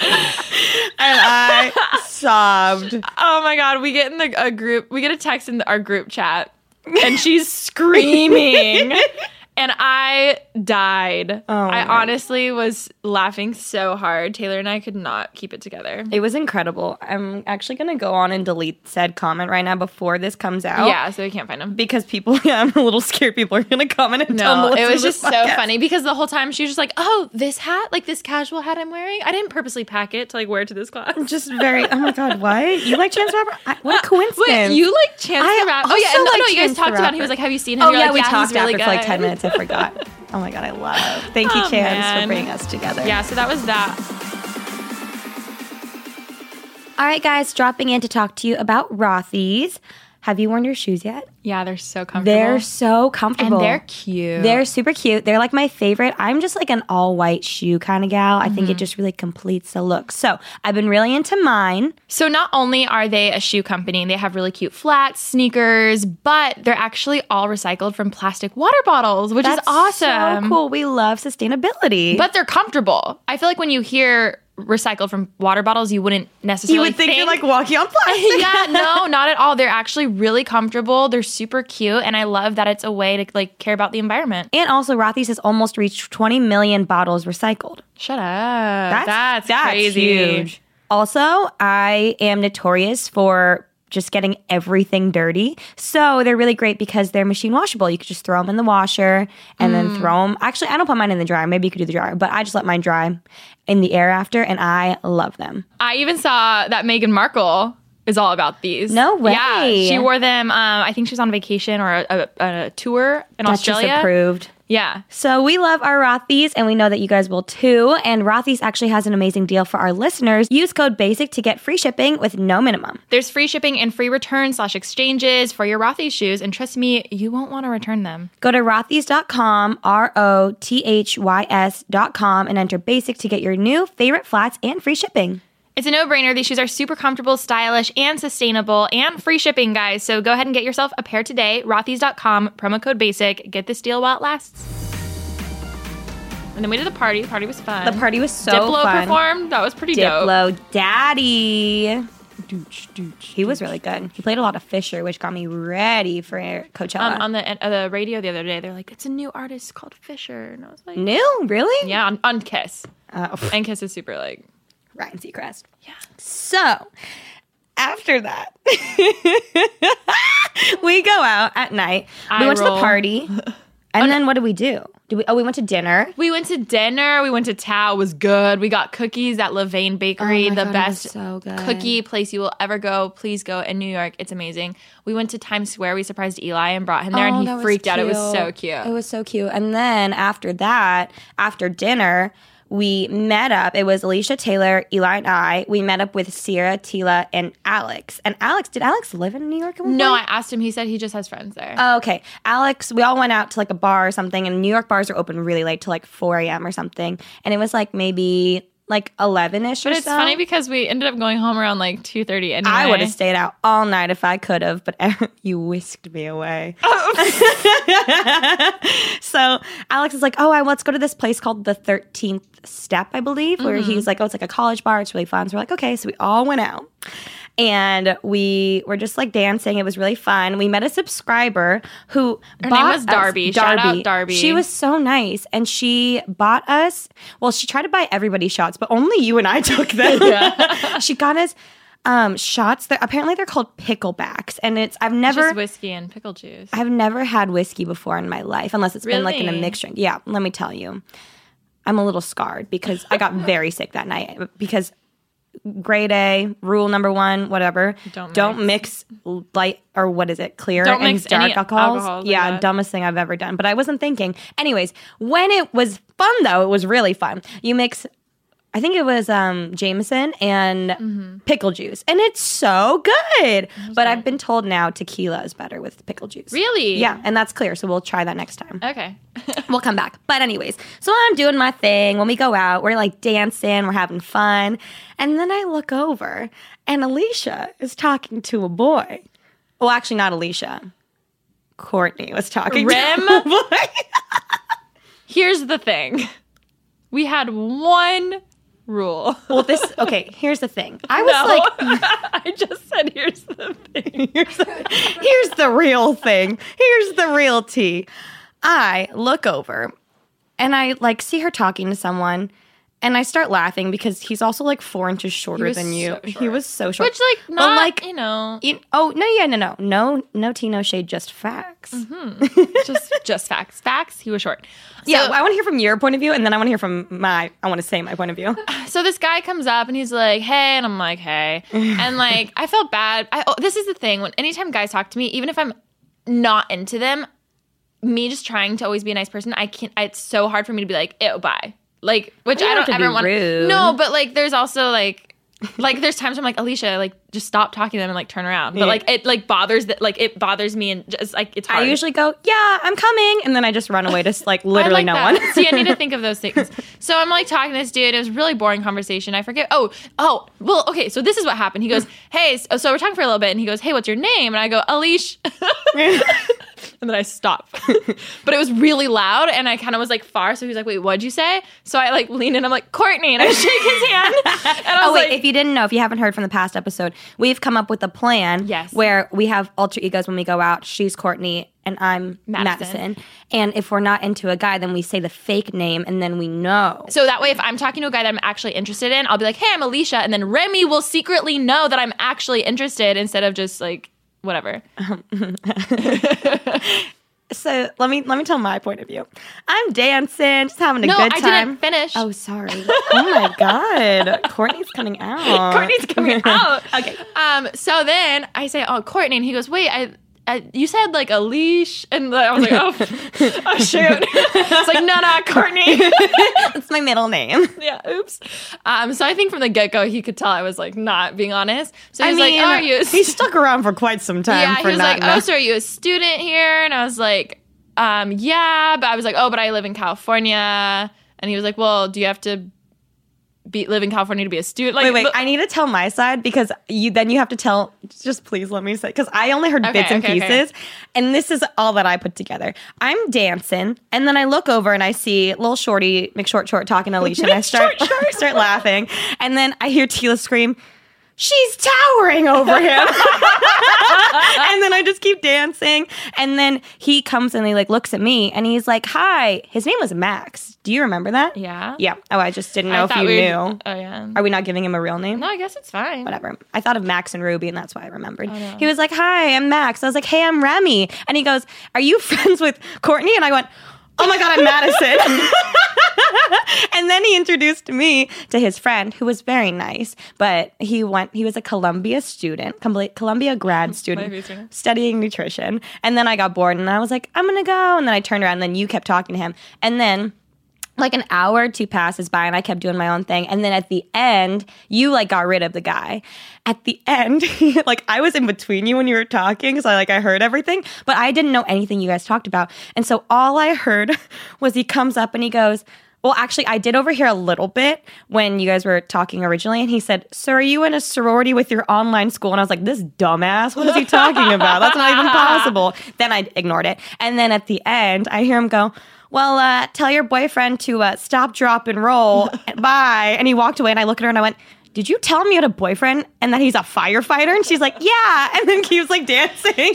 [SPEAKER 4] and I sobbed.
[SPEAKER 3] Oh my God, we get in the, a group, we get a text in our group chat and
[SPEAKER 4] (laughs)
[SPEAKER 3] she's screaming. And I died.
[SPEAKER 4] Oh
[SPEAKER 3] I honestly was laughing so hard. Taylor and I could not keep it together.
[SPEAKER 4] It was incredible. I'm actually going to go on and delete said comment right now before this comes out.
[SPEAKER 3] Yeah, so we can't find him.
[SPEAKER 4] Because people, (laughs) yeah, I'm a little scared people are going to comment and
[SPEAKER 3] No,
[SPEAKER 4] tell me
[SPEAKER 3] it was just so funny because the whole time she was just like, "Oh, this hat, like this casual hat I'm wearing, I didn't purposely pack it to like wear to this class."
[SPEAKER 4] just very. Oh my god, what you like Chance the Rapper? I, what a (laughs) coincidence!
[SPEAKER 3] Wait, you like Chance
[SPEAKER 4] I
[SPEAKER 3] the Rapper? Oh yeah,
[SPEAKER 4] also
[SPEAKER 3] and no,
[SPEAKER 4] like
[SPEAKER 3] no, you guys
[SPEAKER 4] Chance the
[SPEAKER 3] talked about. It. He
[SPEAKER 4] Rapper.
[SPEAKER 3] was like, "Have you seen him?"
[SPEAKER 4] Oh
[SPEAKER 3] You're
[SPEAKER 4] yeah,
[SPEAKER 3] like,
[SPEAKER 4] we
[SPEAKER 3] he's
[SPEAKER 4] talked
[SPEAKER 3] really
[SPEAKER 4] after for like
[SPEAKER 3] good."
[SPEAKER 4] ten minutes. I
[SPEAKER 3] (laughs)
[SPEAKER 4] forgot. Oh my god, I love. Thank you,
[SPEAKER 3] Oh,
[SPEAKER 4] Chance,
[SPEAKER 3] man.
[SPEAKER 4] for bringing us together.
[SPEAKER 3] Yeah, so that was that.
[SPEAKER 4] All right, guys, dropping in to talk to you about Rothy's. Have you worn your shoes yet?
[SPEAKER 3] Yeah, they're so comfortable.
[SPEAKER 4] They're so comfortable.
[SPEAKER 3] and they're cute.
[SPEAKER 4] They're super cute. They're like my favorite. I'm just like an all white shoe kind of gal. I
[SPEAKER 3] Mm-hmm.
[SPEAKER 4] think it just really completes the look. So I've been really into mine.
[SPEAKER 3] So not only are they a shoe company, they have really cute flats, sneakers, but they're actually all recycled from plastic water bottles, which is
[SPEAKER 4] That's
[SPEAKER 3] awesome.
[SPEAKER 4] So cool. We love sustainability.
[SPEAKER 3] but they're comfortable. I feel like when you hear recycled from water bottles, you wouldn't necessarily
[SPEAKER 4] you would think, you're like
[SPEAKER 3] (laughs)
[SPEAKER 4] walking on plastic. (laughs)
[SPEAKER 3] yeah, no, not at all. They're actually really comfortable. They're super cute, and I love that it's a way to like care about the environment.
[SPEAKER 4] And also, Rothy's has almost reached 20 million bottles recycled.
[SPEAKER 3] Shut up. That's
[SPEAKER 4] huge. Also, I am notorious for just getting everything dirty. So they're really great because they're machine washable. You could just throw them in the washer and
[SPEAKER 3] Mm.
[SPEAKER 4] then throw them. Actually, I don't put mine in the dryer. Maybe you could do the dryer, but I just let mine dry in the air after, and I love them.
[SPEAKER 3] I even saw that Meghan Markle is all about these.
[SPEAKER 4] No way.
[SPEAKER 3] Yeah, she wore them. Um, I think she was on vacation or a, a, a tour in
[SPEAKER 4] That's
[SPEAKER 3] Australia.
[SPEAKER 4] just approved.
[SPEAKER 3] Yeah.
[SPEAKER 4] So we love our Rothy's and we know that you guys will too. And Rothy's actually has an amazing deal for our listeners. Use code BASIC to get free shipping with no minimum.
[SPEAKER 3] There's free shipping and free returns slash exchanges for your Rothy's shoes, and trust me, you won't want to return them.
[SPEAKER 4] Go to rothys.com, R O T H Y S.com, and enter BASIC to get your new favorite flats and free shipping.
[SPEAKER 3] It's a no brainer. These shoes are super comfortable, stylish, and sustainable, and free shipping, guys. So go ahead and get yourself a pair today. Rothys.com, promo code BASIC. Get this deal while it lasts. And then we did the party. The party was fun.
[SPEAKER 4] The party was so
[SPEAKER 3] Diplo
[SPEAKER 4] fun.
[SPEAKER 3] performed. That was pretty dope.
[SPEAKER 4] Diplo Daddy. he was really good. He played a lot of Fisher, which got me ready for Coachella.
[SPEAKER 3] Um, on the uh, the radio the other day, they're like, "It's a new artist called Fisher," and I was like,
[SPEAKER 4] New? Really?
[SPEAKER 3] "Yeah, on, on Kiss."
[SPEAKER 4] Oh.
[SPEAKER 3] And Kiss is super like,
[SPEAKER 4] Ryan Seacrest. Yeah. So after that, (laughs) we go out at night.
[SPEAKER 3] Eye
[SPEAKER 4] we went to
[SPEAKER 3] roll. (laughs) Oh,
[SPEAKER 4] the party. And then what do we do? Did we? Oh, we went to dinner.
[SPEAKER 3] We went to dinner. We went to Tao. It was good. We got cookies at Levain Bakery,
[SPEAKER 4] Oh my
[SPEAKER 3] the
[SPEAKER 4] God, it was
[SPEAKER 3] best
[SPEAKER 4] so good.
[SPEAKER 3] cookie place you will ever go. Please go in New York. It's amazing. We went to Times Square. We surprised Eli and brought him there,
[SPEAKER 4] Oh,
[SPEAKER 3] and
[SPEAKER 4] that
[SPEAKER 3] he
[SPEAKER 4] was
[SPEAKER 3] freaked out. It was so cute.
[SPEAKER 4] It was so cute. And then after that, after dinner, we met up. It was Alicia Taylor, Eli, and I. We met up with Sierra, Tila, and Alex. And Alex, did Alex live in New York? At one
[SPEAKER 3] no, I
[SPEAKER 4] point?
[SPEAKER 3] asked him. He said he just has friends there.
[SPEAKER 4] Oh, okay. Alex, we all went out to like a bar or something, and New York bars are open really late to like 4 a.m. or something. And it was like maybe like 11 ish or
[SPEAKER 3] but it's
[SPEAKER 4] so.
[SPEAKER 3] funny because we ended up going home around like two thirty. Anyway,
[SPEAKER 4] I would have stayed out all night if I could have, but (laughs) you whisked me away.
[SPEAKER 3] Oh.
[SPEAKER 4] (laughs) so Alex is like, "Oh, I let's go to this place called the Thirteenth Step, I believe." Where
[SPEAKER 3] Mm-hmm.
[SPEAKER 4] he's like, "Oh, it's like a college bar. It's really fun." So we're like, "Okay." So we all went out, and we were just like dancing. It was really fun. We met a subscriber who
[SPEAKER 3] Her name
[SPEAKER 4] bought
[SPEAKER 3] was
[SPEAKER 4] us-
[SPEAKER 3] Darby. Shout out Darby.
[SPEAKER 4] She was so nice, and she bought us. Well, she tried to buy everybody shots, but only you and I (laughs) took them.
[SPEAKER 3] (laughs)
[SPEAKER 4] she got us. Um, shots. They're, apparently, they're called picklebacks, and it's I've never
[SPEAKER 3] just whiskey and pickle
[SPEAKER 4] (laughs)
[SPEAKER 3] juice.
[SPEAKER 4] I've never had whiskey before in my life, unless it's been like in a
[SPEAKER 3] Really?
[SPEAKER 4] mixed drink. Yeah, let me tell you, I'm a little scarred because I got very sick that night because grade A rule number one, whatever.
[SPEAKER 3] Don't
[SPEAKER 4] mix. light or what is it, clear
[SPEAKER 3] Don't
[SPEAKER 4] and
[SPEAKER 3] mix
[SPEAKER 4] dark
[SPEAKER 3] any
[SPEAKER 4] alcohols.
[SPEAKER 3] alcohols like
[SPEAKER 4] yeah,
[SPEAKER 3] that.
[SPEAKER 4] dumbest thing I've ever done. But I wasn't thinking. Anyways, when it was fun though, it was really fun. You mix I think it was um, Jameson and
[SPEAKER 3] Mm-hmm.
[SPEAKER 4] pickle juice, and it's so good. But I've been told now tequila is better with pickle juice.
[SPEAKER 3] Really? Uh,
[SPEAKER 4] Yeah, and that's clear. So we'll try that next time. (laughs)
[SPEAKER 3] Okay.
[SPEAKER 4] We'll come back. But anyways, so I'm doing my thing. When we go out, we're like dancing, we're having fun, and then I look over, and Alicia is talking to a boy. Well, actually, not Alicia. Courtney was talking
[SPEAKER 3] Rim?
[SPEAKER 4] to a boy.
[SPEAKER 3] Here's the thing. We had one rule.
[SPEAKER 4] (laughs)
[SPEAKER 3] (laughs)
[SPEAKER 4] well, this okay. Here's the thing. I was like,
[SPEAKER 3] I just said here's the thing.
[SPEAKER 4] (laughs) here's, here's the real thing. Here's the real tea. I look over and I like see her talking to someone and I start laughing because he's also like four inches shorter
[SPEAKER 3] was
[SPEAKER 4] than you.
[SPEAKER 3] so
[SPEAKER 4] He
[SPEAKER 3] short.
[SPEAKER 4] was so short.
[SPEAKER 3] Which like
[SPEAKER 4] But,
[SPEAKER 3] not you
[SPEAKER 4] (laughs)
[SPEAKER 3] know
[SPEAKER 4] you- oh, no, yeah, no, no. No, no tea, no shade, just facts.
[SPEAKER 3] Mm-hmm. just just facts. Facts, he was short.
[SPEAKER 4] yeah, I want to hear from your point of view and then I want to hear from my, I want to say my point
[SPEAKER 3] (laughs)
[SPEAKER 4] of view.
[SPEAKER 3] So this guy comes up and he's like, "Hey," and I'm like,
[SPEAKER 4] (laughs)
[SPEAKER 3] "Hey," and like I felt bad. I, oh, this is the thing when anytime guys talk to me, even if I'm not into them, me just trying to always be a nice person, I can't. It's so hard for me to be like, "Ew, bye." Like, which
[SPEAKER 4] You
[SPEAKER 3] I
[SPEAKER 4] don't
[SPEAKER 3] don't
[SPEAKER 4] have to
[SPEAKER 3] ever
[SPEAKER 4] be
[SPEAKER 3] want.
[SPEAKER 4] rude.
[SPEAKER 3] No, but like, there's also like. like there's times I'm like Alicia, like just stop talking to them and like turn around. But like it like bothers that like it bothers me and just like it's
[SPEAKER 4] I
[SPEAKER 3] hard.
[SPEAKER 4] usually go, yeah, I'm coming. And then I just run away to like
[SPEAKER 3] I
[SPEAKER 4] literally
[SPEAKER 3] like
[SPEAKER 4] no
[SPEAKER 3] that. (laughs)
[SPEAKER 4] one.
[SPEAKER 3] See, I need to
[SPEAKER 4] (laughs)
[SPEAKER 3] think of those things. So I'm like talking to this dude. It was a really boring conversation. I forget. Oh, oh, well, okay. So this is what happened. He
[SPEAKER 4] (laughs)
[SPEAKER 3] goes, "Hey," s- so we're talking for a little bit, and he goes, "Hey, what's your name?" And I go,
[SPEAKER 4] (laughs)
[SPEAKER 3] "Alish," (laughs) and then I stop. (laughs) but it was really loud, and I kind of was like far. So he was like, "Wait, what'd you say?" So I like lean in. I'm like, "Courtney," and I shake his
[SPEAKER 4] (laughs)
[SPEAKER 3] hand. And I was
[SPEAKER 4] Oh wait!
[SPEAKER 3] like,
[SPEAKER 4] if you didn't know, if you haven't heard from the past episode, we've come up with a plan.
[SPEAKER 3] Yes.
[SPEAKER 4] Where we have alter egos when we go out. She's Courtney and I'm Madison.
[SPEAKER 3] Madison.
[SPEAKER 4] And if we're not into a guy, then we say the fake name and then we know.
[SPEAKER 3] So that way, if I'm talking to a guy that I'm actually interested in, I'll be like, hey, I'm Alicia. And then Remy will secretly know that I'm actually interested instead of just like, whatever.
[SPEAKER 4] So let me let me tell my point of view. I'm dancing, just having a
[SPEAKER 3] No,
[SPEAKER 4] good
[SPEAKER 3] I
[SPEAKER 4] time.
[SPEAKER 3] didn't finish.
[SPEAKER 4] Oh, sorry. oh (laughs) my god, Courtney's coming out.
[SPEAKER 3] Courtney's
[SPEAKER 4] (laughs)
[SPEAKER 3] coming out. okay. Um. So then I say, "Oh, Courtney," and he goes, "Wait, I." I you said like a leash, and I was like, oh,
[SPEAKER 4] (laughs)
[SPEAKER 3] oh shoot! it's like, no, no,
[SPEAKER 4] (laughs)
[SPEAKER 3] Courtney.
[SPEAKER 4] That's my middle name.
[SPEAKER 3] yeah, oops. Um, so I think from the get go, he could tell I was like not being honest. So
[SPEAKER 4] I
[SPEAKER 3] he's
[SPEAKER 4] mean,
[SPEAKER 3] like, oh, are you? A
[SPEAKER 4] he
[SPEAKER 3] stu-
[SPEAKER 4] stuck around for quite some time.
[SPEAKER 3] yeah,
[SPEAKER 4] for
[SPEAKER 3] he was
[SPEAKER 4] not
[SPEAKER 3] like,
[SPEAKER 4] know-
[SPEAKER 3] oh, so are you a student here? And I was like, um, yeah, but I was like, oh, but I live in California. And he was like, well, do you have to be live in California to be a student? Like,
[SPEAKER 4] Wait, wait.
[SPEAKER 3] the-
[SPEAKER 4] I need to tell my side because you then you have to tell. Just please let me say because I only heard
[SPEAKER 3] Okay,
[SPEAKER 4] bits and
[SPEAKER 3] okay, okay.
[SPEAKER 4] pieces, and this is all that I put together. I'm dancing, and then I look over and I see little shorty McShort short talking to Alicia, and
[SPEAKER 3] (laughs)
[SPEAKER 4] (laughs) I start start laughing, and then I hear Tila scream. She's towering over him.
[SPEAKER 3] (laughs)
[SPEAKER 4] (laughs) and then I just keep dancing. And then he comes and he like looks at me and he's like, Hi. His name was Max. Do you remember that?
[SPEAKER 3] Yeah.
[SPEAKER 4] Yeah. Oh, I just didn't know if
[SPEAKER 3] thought
[SPEAKER 4] you
[SPEAKER 3] we
[SPEAKER 4] knew.
[SPEAKER 3] were- Oh yeah.
[SPEAKER 4] Are we not giving him a real name?
[SPEAKER 3] No, I guess it's fine.
[SPEAKER 4] Whatever. I thought of Max and Ruby, and that's why I remembered. He (laughs) was like, Hi, I'm Max. I was like, Hey, I'm Remy. And he goes, Are you friends with Courtney? And I went,
[SPEAKER 3] Oh my God, I'm Madison.
[SPEAKER 4] (laughs) and then he introduced me to his friend who was very nice but he went he was a columbia student Col- columbia grad (laughs) student studying nutrition and then i got bored and i was like i'm gonna go and then i turned around and then you kept talking to him and then like an hour or two passes by and i kept doing my own thing and then at the end you like got rid of the guy at the end (laughs) like i was in between you when you were talking because i like i heard everything but i didn't know anything you guys talked about and so all i heard (laughs) was he comes up and he goes well, actually, I did overhear a little bit when you guys were talking originally, and he said, "Sir, are you in a sorority with your online school?" And I was like, "This dumbass, what is he talking about? That's not even possible." Then I ignored it, and then at the end, I hear him go, "Well, uh, tell your boyfriend to uh, stop, drop, and (laughs) roll. Bye." And he walked away, and I look at her, and I went. Did you tell him you had a boyfriend and that he's a firefighter? And she's like, Yeah. (laughs) And then he was like dancing.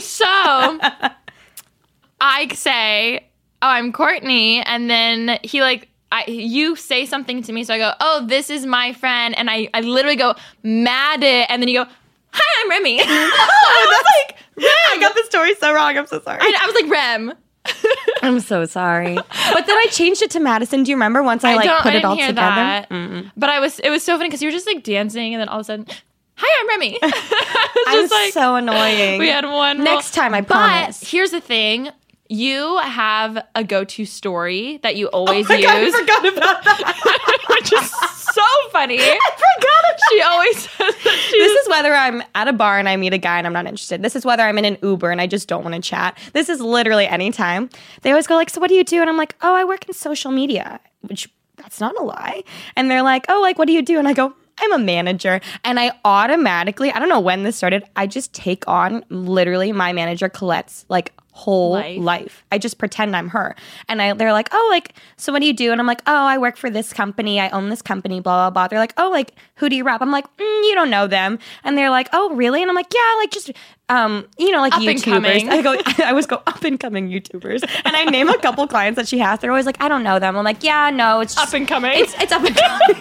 [SPEAKER 3] (laughs)
[SPEAKER 4] (laughs)
[SPEAKER 3] So I say, "Oh, I'm Courtney," and then he like, I you say something to me, so I go, "Oh, this is my friend," and I I literally go mad it, and then you go, "Hi, I'm
[SPEAKER 4] (laughs)
[SPEAKER 3] Remy." (laughs) and
[SPEAKER 4] Oh,
[SPEAKER 3] I was like,
[SPEAKER 4] I got the story so wrong. I'm so sorry.
[SPEAKER 3] and I was like, "Rem."
[SPEAKER 4] I'm so sorry. But then I changed it to Madison. Do you remember once I,
[SPEAKER 3] I
[SPEAKER 4] like
[SPEAKER 3] don't.
[SPEAKER 4] put
[SPEAKER 3] I
[SPEAKER 4] it
[SPEAKER 3] didn't
[SPEAKER 4] all
[SPEAKER 3] hear
[SPEAKER 4] together?
[SPEAKER 3] that. But I was. It was so funny because you were just like dancing, and then all of a sudden, "Hi, I'm Remy." (laughs) I was
[SPEAKER 4] I was
[SPEAKER 3] just like,
[SPEAKER 4] so annoying.
[SPEAKER 3] We had one
[SPEAKER 4] Next
[SPEAKER 3] rule.
[SPEAKER 4] time, I
[SPEAKER 3] but
[SPEAKER 4] promise.
[SPEAKER 3] Here's the thing: you have a go-to story that you always
[SPEAKER 4] Oh my
[SPEAKER 3] use,
[SPEAKER 4] God, I forgot about that.
[SPEAKER 3] (laughs) which is so (laughs) funny.
[SPEAKER 4] I forgot about
[SPEAKER 3] She always says that she's
[SPEAKER 4] This is whether I'm at a bar and I meet a guy and I'm not interested. This is whether I'm in an Uber and I just don't want to chat. This is literally any time. They always go like, "So what do you do?" And I'm like, "Oh, I work in social media," which that's not a lie. And they're like, "Oh, like what do you do?" And I go, "I'm a manager." And I automatically, I don't know when this started, I just take on literally my manager Colette's like whole life. I just pretend I'm her. And I they're like, "Oh, like so what do you do?" And I'm like, "Oh, I work for this company. I own this company, blah blah blah." They're like, "Oh, like who do you rep?" I'm like, mm, "You don't know them." And they're like, "Oh, really?" And I'm like, "Yeah, like just um, you know, like
[SPEAKER 3] and
[SPEAKER 4] YouTubers."
[SPEAKER 3] coming.
[SPEAKER 4] (laughs) I go I always go up and coming YouTubers. And I name a couple clients that she has. They're always like, "I don't know them." I'm like, "Yeah, no, it's just
[SPEAKER 3] up and coming.
[SPEAKER 4] it's, it's
[SPEAKER 3] (laughs)
[SPEAKER 4] up and coming."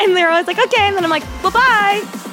[SPEAKER 4] (laughs) and they're always like, "Okay." And then I'm like, "Bye-bye."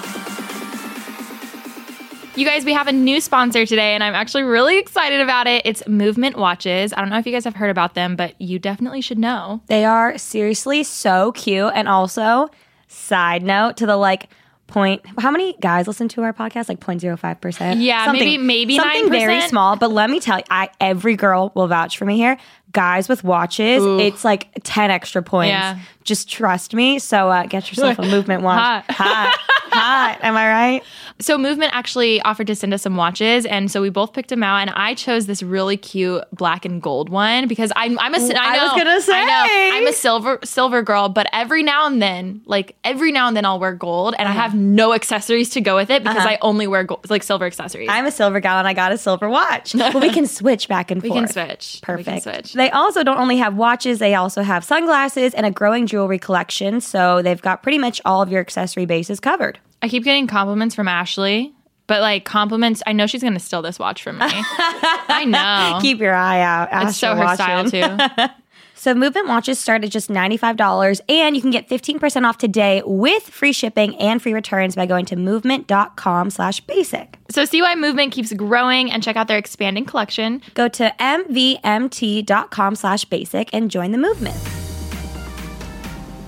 [SPEAKER 3] You guys, we have a new sponsor today, and I'm actually really excited about it. It's Movement Watches. I don't know if you guys have heard about them, but you definitely should know.
[SPEAKER 4] They are seriously so cute. And also, side note to the like point, how many guys listen to our podcast? Like 0.05%?
[SPEAKER 3] Yeah, maybe- maybe
[SPEAKER 4] Something very
[SPEAKER 3] 9%.
[SPEAKER 4] small. But let me tell you, I, every girl will vouch for me here. Guys with watches, it's like 10 extra points.
[SPEAKER 3] Yeah.
[SPEAKER 4] Just trust me. So uh,
[SPEAKER 3] (laughs)
[SPEAKER 4] get yourself a movement watch.
[SPEAKER 3] Hot.
[SPEAKER 4] Hot. Hot. Am I right?
[SPEAKER 3] So Movement actually offered to send us some watches, and so we both picked them out. And I chose this really cute black and gold one because I'm I'm a si- I
[SPEAKER 4] I
[SPEAKER 3] know,
[SPEAKER 4] was gonna say.
[SPEAKER 3] I know, I'm a silver silver girl, but every now and then, like every now and then, I'll wear gold, and
[SPEAKER 4] Uh-huh.
[SPEAKER 3] I have no accessories to go with it because I only wear gold, like silver accessories.
[SPEAKER 4] I'm a silver gal and Uh-huh. I got a silver
[SPEAKER 3] (laughs)
[SPEAKER 4] watch. well, we can switch back and
[SPEAKER 3] we
[SPEAKER 4] forth.
[SPEAKER 3] can switch. We
[SPEAKER 4] Perfect.
[SPEAKER 3] can switch.
[SPEAKER 4] They also don't only have watches, they also have sunglasses and a growing jewelry collection. So they've got pretty much all of your accessory bases covered.
[SPEAKER 3] I keep getting compliments from Ashley, but like compliments. I know she's gonna steal this watch
[SPEAKER 4] (laughs)
[SPEAKER 3] from me. I know.
[SPEAKER 4] Keep your eye out.
[SPEAKER 3] it's so
[SPEAKER 4] Astra
[SPEAKER 3] her
[SPEAKER 4] watch
[SPEAKER 3] style
[SPEAKER 4] them.
[SPEAKER 3] too.
[SPEAKER 4] (laughs) So movement watches start at just $95 and you can get 15% off today with free shipping and free returns by going to movement.com slash basic.
[SPEAKER 3] So see why Movement keeps growing and check out their expanding collection.
[SPEAKER 4] Go to mvmt.com slash basic and join the movement.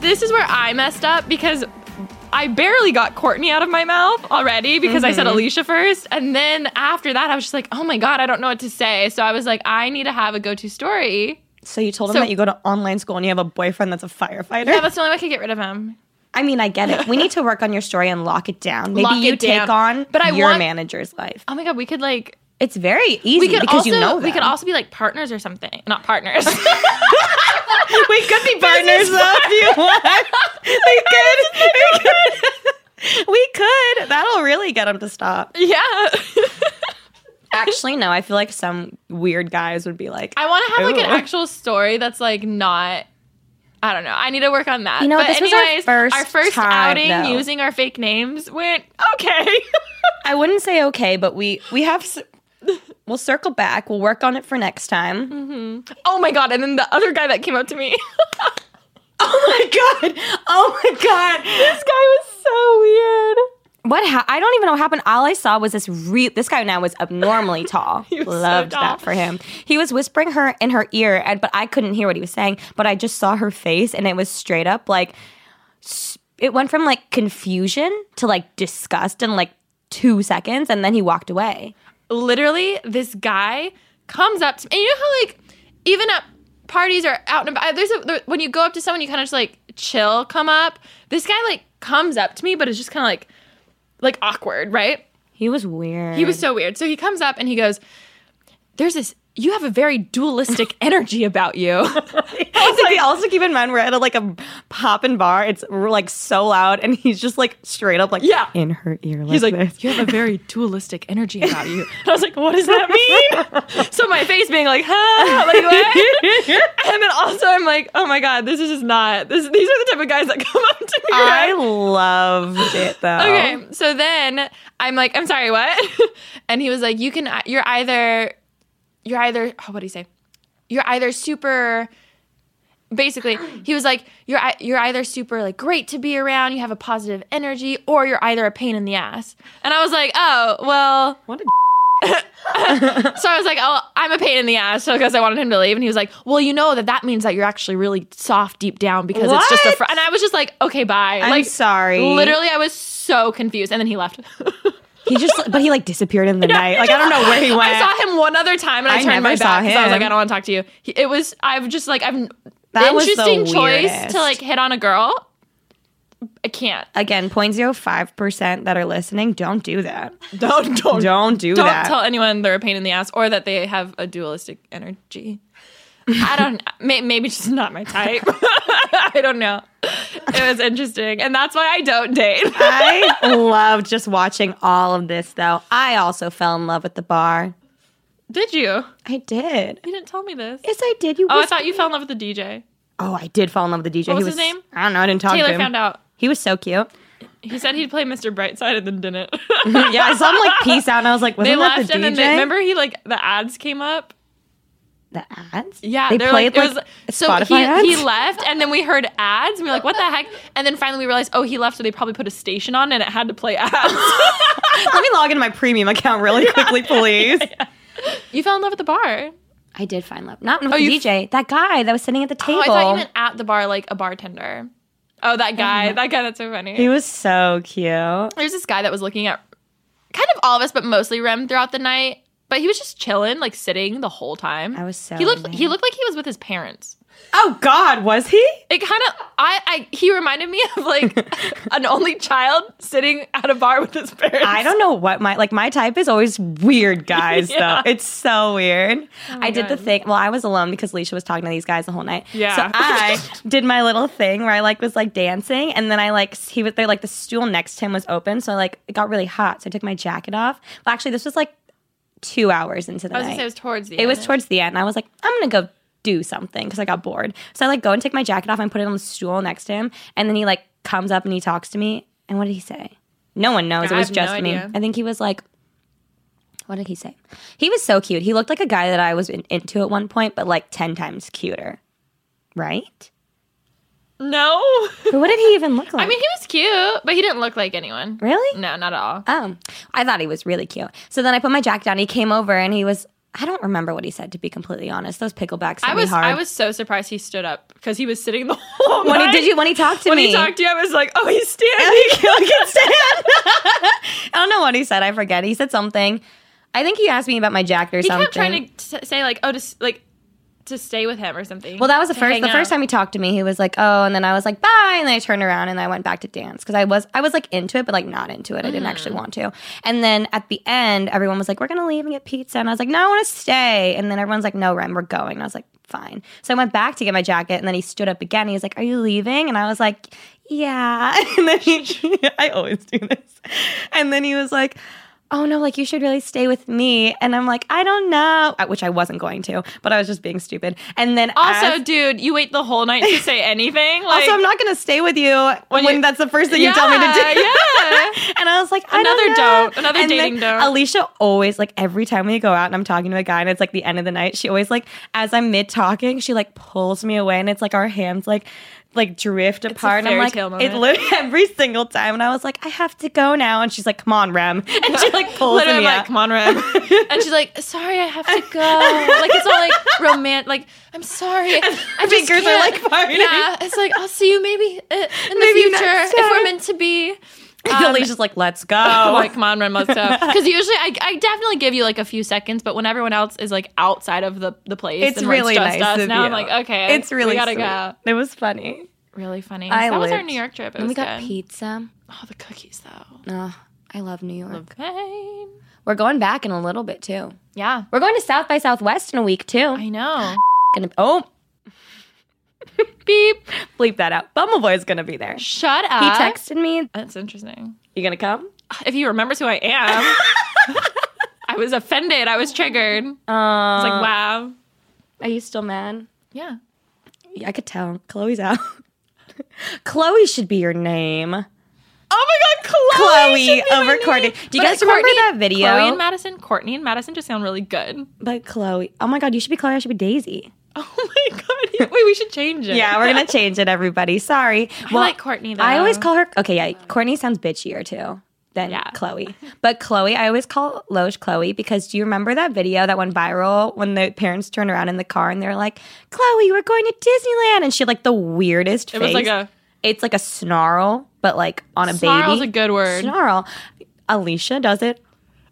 [SPEAKER 3] This is where I messed up because I barely got Courtney out of my mouth already because I said
[SPEAKER 4] Mm-hmm.
[SPEAKER 3] Alicia first. And then after that, I was just like, oh my God, I don't know what to say. So I was like, I need to have a go to story.
[SPEAKER 4] So you told him
[SPEAKER 3] So-
[SPEAKER 4] that you go to online school and you have a boyfriend that's a firefighter?
[SPEAKER 3] Yeah, that's the only way I could get rid of him.
[SPEAKER 4] I mean, I get it. We need to work on your story and lock it down. Maybe
[SPEAKER 3] Lock
[SPEAKER 4] you
[SPEAKER 3] it
[SPEAKER 4] take
[SPEAKER 3] down.
[SPEAKER 4] on
[SPEAKER 3] But I
[SPEAKER 4] your
[SPEAKER 3] want-
[SPEAKER 4] manager's life.
[SPEAKER 3] Oh my God, we could like.
[SPEAKER 4] It's very easy
[SPEAKER 3] We could
[SPEAKER 4] because
[SPEAKER 3] also
[SPEAKER 4] you know
[SPEAKER 3] we could
[SPEAKER 4] them.
[SPEAKER 3] also be like partners or something. Not partners. (laughs)
[SPEAKER 4] (laughs) we could be partners though if you want. we could. We could. (laughs) we could. That'll really get them to stop.
[SPEAKER 3] (laughs) yeah.
[SPEAKER 4] Actually, no. I feel like some weird guys would be like,
[SPEAKER 3] I want to have like an
[SPEAKER 4] Ooh.
[SPEAKER 3] actual story that's like not. I don't know. I need to work on that.
[SPEAKER 4] You know,
[SPEAKER 3] but
[SPEAKER 4] this was our
[SPEAKER 3] anyways,
[SPEAKER 4] first
[SPEAKER 3] our first
[SPEAKER 4] time,
[SPEAKER 3] outing
[SPEAKER 4] though.
[SPEAKER 3] using our fake names went okay. (laughs)
[SPEAKER 4] I wouldn't say okay, but we we have. S- we'll circle back. We'll work on it for next time.
[SPEAKER 3] oh my god! And then the other guy that came up to me, (laughs)
[SPEAKER 4] Oh my god! Oh my god! This guy was so weird. What ha- I don't even know what happened. All I saw was this real. This guy now was
[SPEAKER 3] (laughs)
[SPEAKER 4] abnormally tall. Loved that for him. He was whispering her in her ear, and but I couldn't hear what he was saying. But I just saw her face, and it was straight up like s- it went from like confusion to like disgust in like two seconds, and then he walked away.
[SPEAKER 3] literally this guy comes up to me and you know how like even at parties or out and about there's a there, when you go up to someone you kind of just like chill come up this guy like comes up to me but it's just kind of like like awkward right
[SPEAKER 4] He was weird.
[SPEAKER 3] he was so weird so he comes up and he goes there's this you have a very dualistic energy about you
[SPEAKER 4] (laughs)
[SPEAKER 3] (laughs)
[SPEAKER 4] also, also keep in mind we're at a, like a poppin' bar. It's we're, like so loud, and he's just like straight up like
[SPEAKER 3] Yeah.
[SPEAKER 4] in her ear. Like
[SPEAKER 3] He's like,
[SPEAKER 4] this.
[SPEAKER 3] you have a (laughs) very dualistic energy about you. And (laughs) I was like, what does that mean? (laughs) so my face being like, huh? Like, (laughs) what? and then also I'm like, oh my God, this is just not, this, these are the type of guys that come up to me. (laughs)
[SPEAKER 4] I
[SPEAKER 3] right?
[SPEAKER 4] loved it though.
[SPEAKER 3] Okay, so then I'm like, I'm sorry, what? (laughs) and he was like, you can, uh, you're either, you're either, oh, what do you say? You're either super, basically, he was like, you're ei- you're either super like great to be around, you have a positive energy, or you're either a pain in the ass. And I was like, oh, well. (laughs) What a. so I was like, oh, I'm a pain in the ass because I wanted him to leave. And he was like, well, you know that that means that you're actually really soft deep down because it's just a
[SPEAKER 4] What?
[SPEAKER 3] friend. And I was just like, okay, bye.
[SPEAKER 4] I'm
[SPEAKER 3] like,
[SPEAKER 4] sorry.
[SPEAKER 3] Literally, I was so confused, and then he
[SPEAKER 4] (laughs)
[SPEAKER 3] left.
[SPEAKER 4] He just, but he like disappeared
[SPEAKER 3] (laughs)
[SPEAKER 4] in the night. Like I don't know where he went.
[SPEAKER 3] I saw him one other time, and I,
[SPEAKER 4] I
[SPEAKER 3] turned my
[SPEAKER 4] never
[SPEAKER 3] back
[SPEAKER 4] saw
[SPEAKER 3] because I was like,
[SPEAKER 4] him.
[SPEAKER 3] I don't want to talk to you. He, it was I've just like I'm
[SPEAKER 4] That was the
[SPEAKER 3] interesting choice
[SPEAKER 4] weirdest.
[SPEAKER 3] to like hit on a girl. I can't.
[SPEAKER 4] Again, 005 percent that are listening, don't do that.
[SPEAKER 3] Don't don't
[SPEAKER 4] (laughs) Don't do
[SPEAKER 3] don't
[SPEAKER 4] that.
[SPEAKER 3] tell anyone they're a pain in the ass or that they have a dualistic energy. I don't. (laughs) May, maybe just not my type. (laughs) I don't know. It was interesting, and that's why I don't
[SPEAKER 4] (laughs)
[SPEAKER 3] date.
[SPEAKER 4] (laughs) I loved just watching all of this though. I also fell in love with the bar.
[SPEAKER 3] Did you?
[SPEAKER 4] I did.
[SPEAKER 3] You didn't tell me this.
[SPEAKER 4] Yes, I did. You.
[SPEAKER 3] Oh, I
[SPEAKER 4] whispered-
[SPEAKER 3] thought you fell in love with the DJ.
[SPEAKER 4] oh, I did fall in love with the DJ.
[SPEAKER 3] What was
[SPEAKER 4] he
[SPEAKER 3] his name?
[SPEAKER 4] I don't know. I didn't talk to
[SPEAKER 3] Taylor
[SPEAKER 4] him.
[SPEAKER 3] found out.
[SPEAKER 4] He was
[SPEAKER 3] (laughs)
[SPEAKER 4] so cute.
[SPEAKER 3] He said he'd play Mr. Brightside and then didn't.
[SPEAKER 4] (laughs) yeah, I saw
[SPEAKER 3] (laughs)
[SPEAKER 4] him like peace out, and I was like,
[SPEAKER 3] they
[SPEAKER 4] wasn't that
[SPEAKER 3] left
[SPEAKER 4] the
[SPEAKER 3] and
[SPEAKER 4] DJ?
[SPEAKER 3] then they, remember he like the ads came up.
[SPEAKER 4] the ads?
[SPEAKER 3] Yeah,
[SPEAKER 4] they
[SPEAKER 3] they're
[SPEAKER 4] played
[SPEAKER 3] like,
[SPEAKER 4] like,
[SPEAKER 3] it was,
[SPEAKER 4] Spotify
[SPEAKER 3] so he,
[SPEAKER 4] ads.
[SPEAKER 3] he left and then we heard ads and we were like, what the heck? And then finally we realized, oh, he left, so they probably put a station on and it had to play
[SPEAKER 4] (laughs)
[SPEAKER 3] ads.
[SPEAKER 4] Let me log into my premium account really (laughs) quickly, please.
[SPEAKER 3] you fell in love at the bar.
[SPEAKER 4] I did find love. Not with
[SPEAKER 3] Oh,
[SPEAKER 4] the
[SPEAKER 3] you-
[SPEAKER 4] DJ. That guy that was sitting at the
[SPEAKER 3] Oh,
[SPEAKER 4] table.
[SPEAKER 3] I thought you meant at the bar like a bartender. Oh, that guy. That guy that's so funny.
[SPEAKER 4] Mm-hmm. he was so cute.
[SPEAKER 3] there's this guy that was looking at kind of all of us, but mostly Rem throughout the night. But he was just chilling, like sitting the whole time.
[SPEAKER 4] I was so
[SPEAKER 3] he looked he
[SPEAKER 4] annoyed.
[SPEAKER 3] looked like he was with his parents.
[SPEAKER 4] Oh God, was he?
[SPEAKER 3] It kind of I, I he reminded me of
[SPEAKER 4] (laughs)
[SPEAKER 3] like an only child sitting at a bar with his parents.
[SPEAKER 4] I don't know what my like my type is always
[SPEAKER 3] (laughs)
[SPEAKER 4] weird guys though. It's so weird. I did the thing. Well, I was alone because Leisha was talking to these guys the whole night.
[SPEAKER 3] Yeah.
[SPEAKER 4] So
[SPEAKER 3] (laughs)
[SPEAKER 4] I did my little thing where I like was like dancing, and then I like s- he was there like the stool next to him was open, so like it got really hot, so I took my jacket off. Well, actually, this was like two hours into the
[SPEAKER 3] I was gonna
[SPEAKER 4] night.
[SPEAKER 3] say it was towards the
[SPEAKER 4] it
[SPEAKER 3] end.
[SPEAKER 4] was towards the end. I was like, I'm gonna go do something because I got bored. So I like go and take my jacket off and put it on the stool next to him, and then he like comes up and he talks to me. And what did he say? No one knows.
[SPEAKER 3] I
[SPEAKER 4] it was
[SPEAKER 3] have no
[SPEAKER 4] just me.
[SPEAKER 3] idea.
[SPEAKER 4] I think he was like, what did he say? He was so cute. He looked like a guy that I was in, into at one point, but like ten times cuter, right? (laughs)
[SPEAKER 3] no.
[SPEAKER 4] But what did he even look
[SPEAKER 3] (laughs)
[SPEAKER 4] like?
[SPEAKER 3] I mean, he was cute, but he didn't look like anyone.
[SPEAKER 4] Really?
[SPEAKER 3] No, not at all.
[SPEAKER 4] Oh, I thought he was really cute. So then I put my jacket down. He came over and he was. I don't remember what he said, to be completely honest. Those picklebacks. hit
[SPEAKER 3] I
[SPEAKER 4] me
[SPEAKER 3] was
[SPEAKER 4] hard.
[SPEAKER 3] I was so surprised he stood up because he was sitting the whole
[SPEAKER 4] When he
[SPEAKER 3] night.
[SPEAKER 4] did you? When he talked to
[SPEAKER 3] when
[SPEAKER 4] me?
[SPEAKER 3] he talked to you, I was like, oh, he's standing.
[SPEAKER 4] (laughs) He can stand. I don't know what he said. I forget. He said something. I think he asked me about my jacket or
[SPEAKER 3] He
[SPEAKER 4] something.
[SPEAKER 3] kept trying to t- say like, oh, to s- like to stay with him or something.
[SPEAKER 4] well, that was the
[SPEAKER 3] to
[SPEAKER 4] first.
[SPEAKER 3] hang
[SPEAKER 4] The first
[SPEAKER 3] out.
[SPEAKER 4] time he talked to me, he was like, "Oh," and then I was like, "Bye," and then I turned around and I went back to dance because I was I was like into it, but like not into it. I didn't actually want to. And then at the end, everyone was like, "We're gonna leave and get pizza," and I was like, "No, I want to stay." And then everyone's like, "No, Ren, we're going." And I was like, "Fine." So I went back to get my jacket, and then he stood up again. He was like, "Are you leaving?" And I was like, "Yeah." (laughs) And then he, I always do this. And then he was like oh no, like you should really stay with me. And I'm like, I don't know, Uh, which I wasn't going to, but I was just being stupid. And then
[SPEAKER 3] Also,
[SPEAKER 4] as-
[SPEAKER 3] dude, you wait the whole night to
[SPEAKER 4] (laughs)
[SPEAKER 3] say anything. Like,
[SPEAKER 4] also, I'm not going to stay with you when,
[SPEAKER 3] you-
[SPEAKER 4] that's the first thing you tell me to
[SPEAKER 3] Yeah,
[SPEAKER 4] do. (laughs)
[SPEAKER 3] yeah.
[SPEAKER 4] and I was like, I
[SPEAKER 3] Another
[SPEAKER 4] don't, know.
[SPEAKER 3] don't. Another
[SPEAKER 4] and
[SPEAKER 3] dating
[SPEAKER 4] then
[SPEAKER 3] don't.
[SPEAKER 4] Alicia always like every time we go out and I'm talking to a guy and it's like the end of the night, she always like as I'm mid talking, she like pulls me away and it's like our hands like like drift apart. and I'm
[SPEAKER 3] fairy
[SPEAKER 4] like,
[SPEAKER 3] tale
[SPEAKER 4] it
[SPEAKER 3] moment.
[SPEAKER 4] literally (laughs) every single time. And I was like, I have to go now. And she's like, Come on, Rem. (laughs) And she like pulls
[SPEAKER 3] Literally,
[SPEAKER 4] me
[SPEAKER 3] I'm like,
[SPEAKER 4] up.
[SPEAKER 3] come on, Rem. (laughs) and she's like, sorry, I have to go. Like, it's all like romantic. Like, I'm sorry. I just
[SPEAKER 4] fingers are,
[SPEAKER 3] can't.
[SPEAKER 4] like, parting.
[SPEAKER 3] Yeah, it's like, I'll see you maybe uh, in the
[SPEAKER 4] Maybe
[SPEAKER 3] future
[SPEAKER 4] next
[SPEAKER 3] if we're
[SPEAKER 4] time.
[SPEAKER 3] meant to
[SPEAKER 4] (laughs)
[SPEAKER 3] be.
[SPEAKER 4] And Alicia's like, Let's go.
[SPEAKER 3] I'm like, come on, Ren, (laughs) let's go. Because usually I, I definitely give you like a few seconds, but when everyone else is like outside of the, the place,
[SPEAKER 4] (laughs) it's
[SPEAKER 3] and where
[SPEAKER 4] really
[SPEAKER 3] just
[SPEAKER 4] nice.
[SPEAKER 3] Us,
[SPEAKER 4] of
[SPEAKER 3] now I'm
[SPEAKER 4] you.
[SPEAKER 3] like, okay,
[SPEAKER 4] It's really
[SPEAKER 3] we gotta
[SPEAKER 4] sweet.
[SPEAKER 3] go.
[SPEAKER 4] It was funny.
[SPEAKER 3] Really funny.
[SPEAKER 4] I
[SPEAKER 3] that was our
[SPEAKER 4] lived.
[SPEAKER 3] New York trip. It
[SPEAKER 4] And
[SPEAKER 3] was
[SPEAKER 4] we got
[SPEAKER 3] good.
[SPEAKER 4] pizza.
[SPEAKER 3] Oh, the cookies though.
[SPEAKER 4] Oh, I love New York.
[SPEAKER 3] Pain.
[SPEAKER 4] We're going back in a little bit too.
[SPEAKER 3] Yeah,
[SPEAKER 4] We're going to South by Southwest in a week too.
[SPEAKER 3] I
[SPEAKER 4] (laughs)
[SPEAKER 3] know.
[SPEAKER 4] gonna oh beep bleep that out. Bumbleboy is gonna be there. He
[SPEAKER 3] Shut up.
[SPEAKER 4] texted me.
[SPEAKER 3] That's interesting.
[SPEAKER 4] You gonna come?
[SPEAKER 3] If he remembers who I
[SPEAKER 4] (laughs)
[SPEAKER 3] am, I was offended. I was triggered. I
[SPEAKER 4] Um,
[SPEAKER 3] was like, wow.
[SPEAKER 4] Are you still mad?
[SPEAKER 3] Yeah.
[SPEAKER 4] Uh. Yeah, I could tell. Chloe's out. (laughs) Chloe should be your name.
[SPEAKER 3] Oh my God, Chloe.
[SPEAKER 4] Chloe over Courtney. Do you
[SPEAKER 3] But
[SPEAKER 4] guys remember
[SPEAKER 3] Courtney-
[SPEAKER 4] that video?
[SPEAKER 3] Chloe and Madison. Courtney and Madison just sound really good. (laughs)
[SPEAKER 4] but Chloe. Oh my god, you should be Chloe. I should be Daisy.
[SPEAKER 3] Oh my God. Wait, we should change it.
[SPEAKER 4] Yeah, we're gonna (laughs) change it, everybody. Sorry.
[SPEAKER 3] I like Courtney though.
[SPEAKER 4] I always call her. Okay, yeah, Courtney sounds bitchier too than Chloe. But Chloe, I always call Loge Chloe because do you remember that video that went viral when the parents turned around in the car and they're like, "Chloe, we're going to Disneyland," and she had like the weirdest.
[SPEAKER 3] It was like a-
[SPEAKER 4] It's like a snarl, but like on a
[SPEAKER 3] Snarl's
[SPEAKER 4] baby.
[SPEAKER 3] a good word.
[SPEAKER 4] Snarl. Alicia does it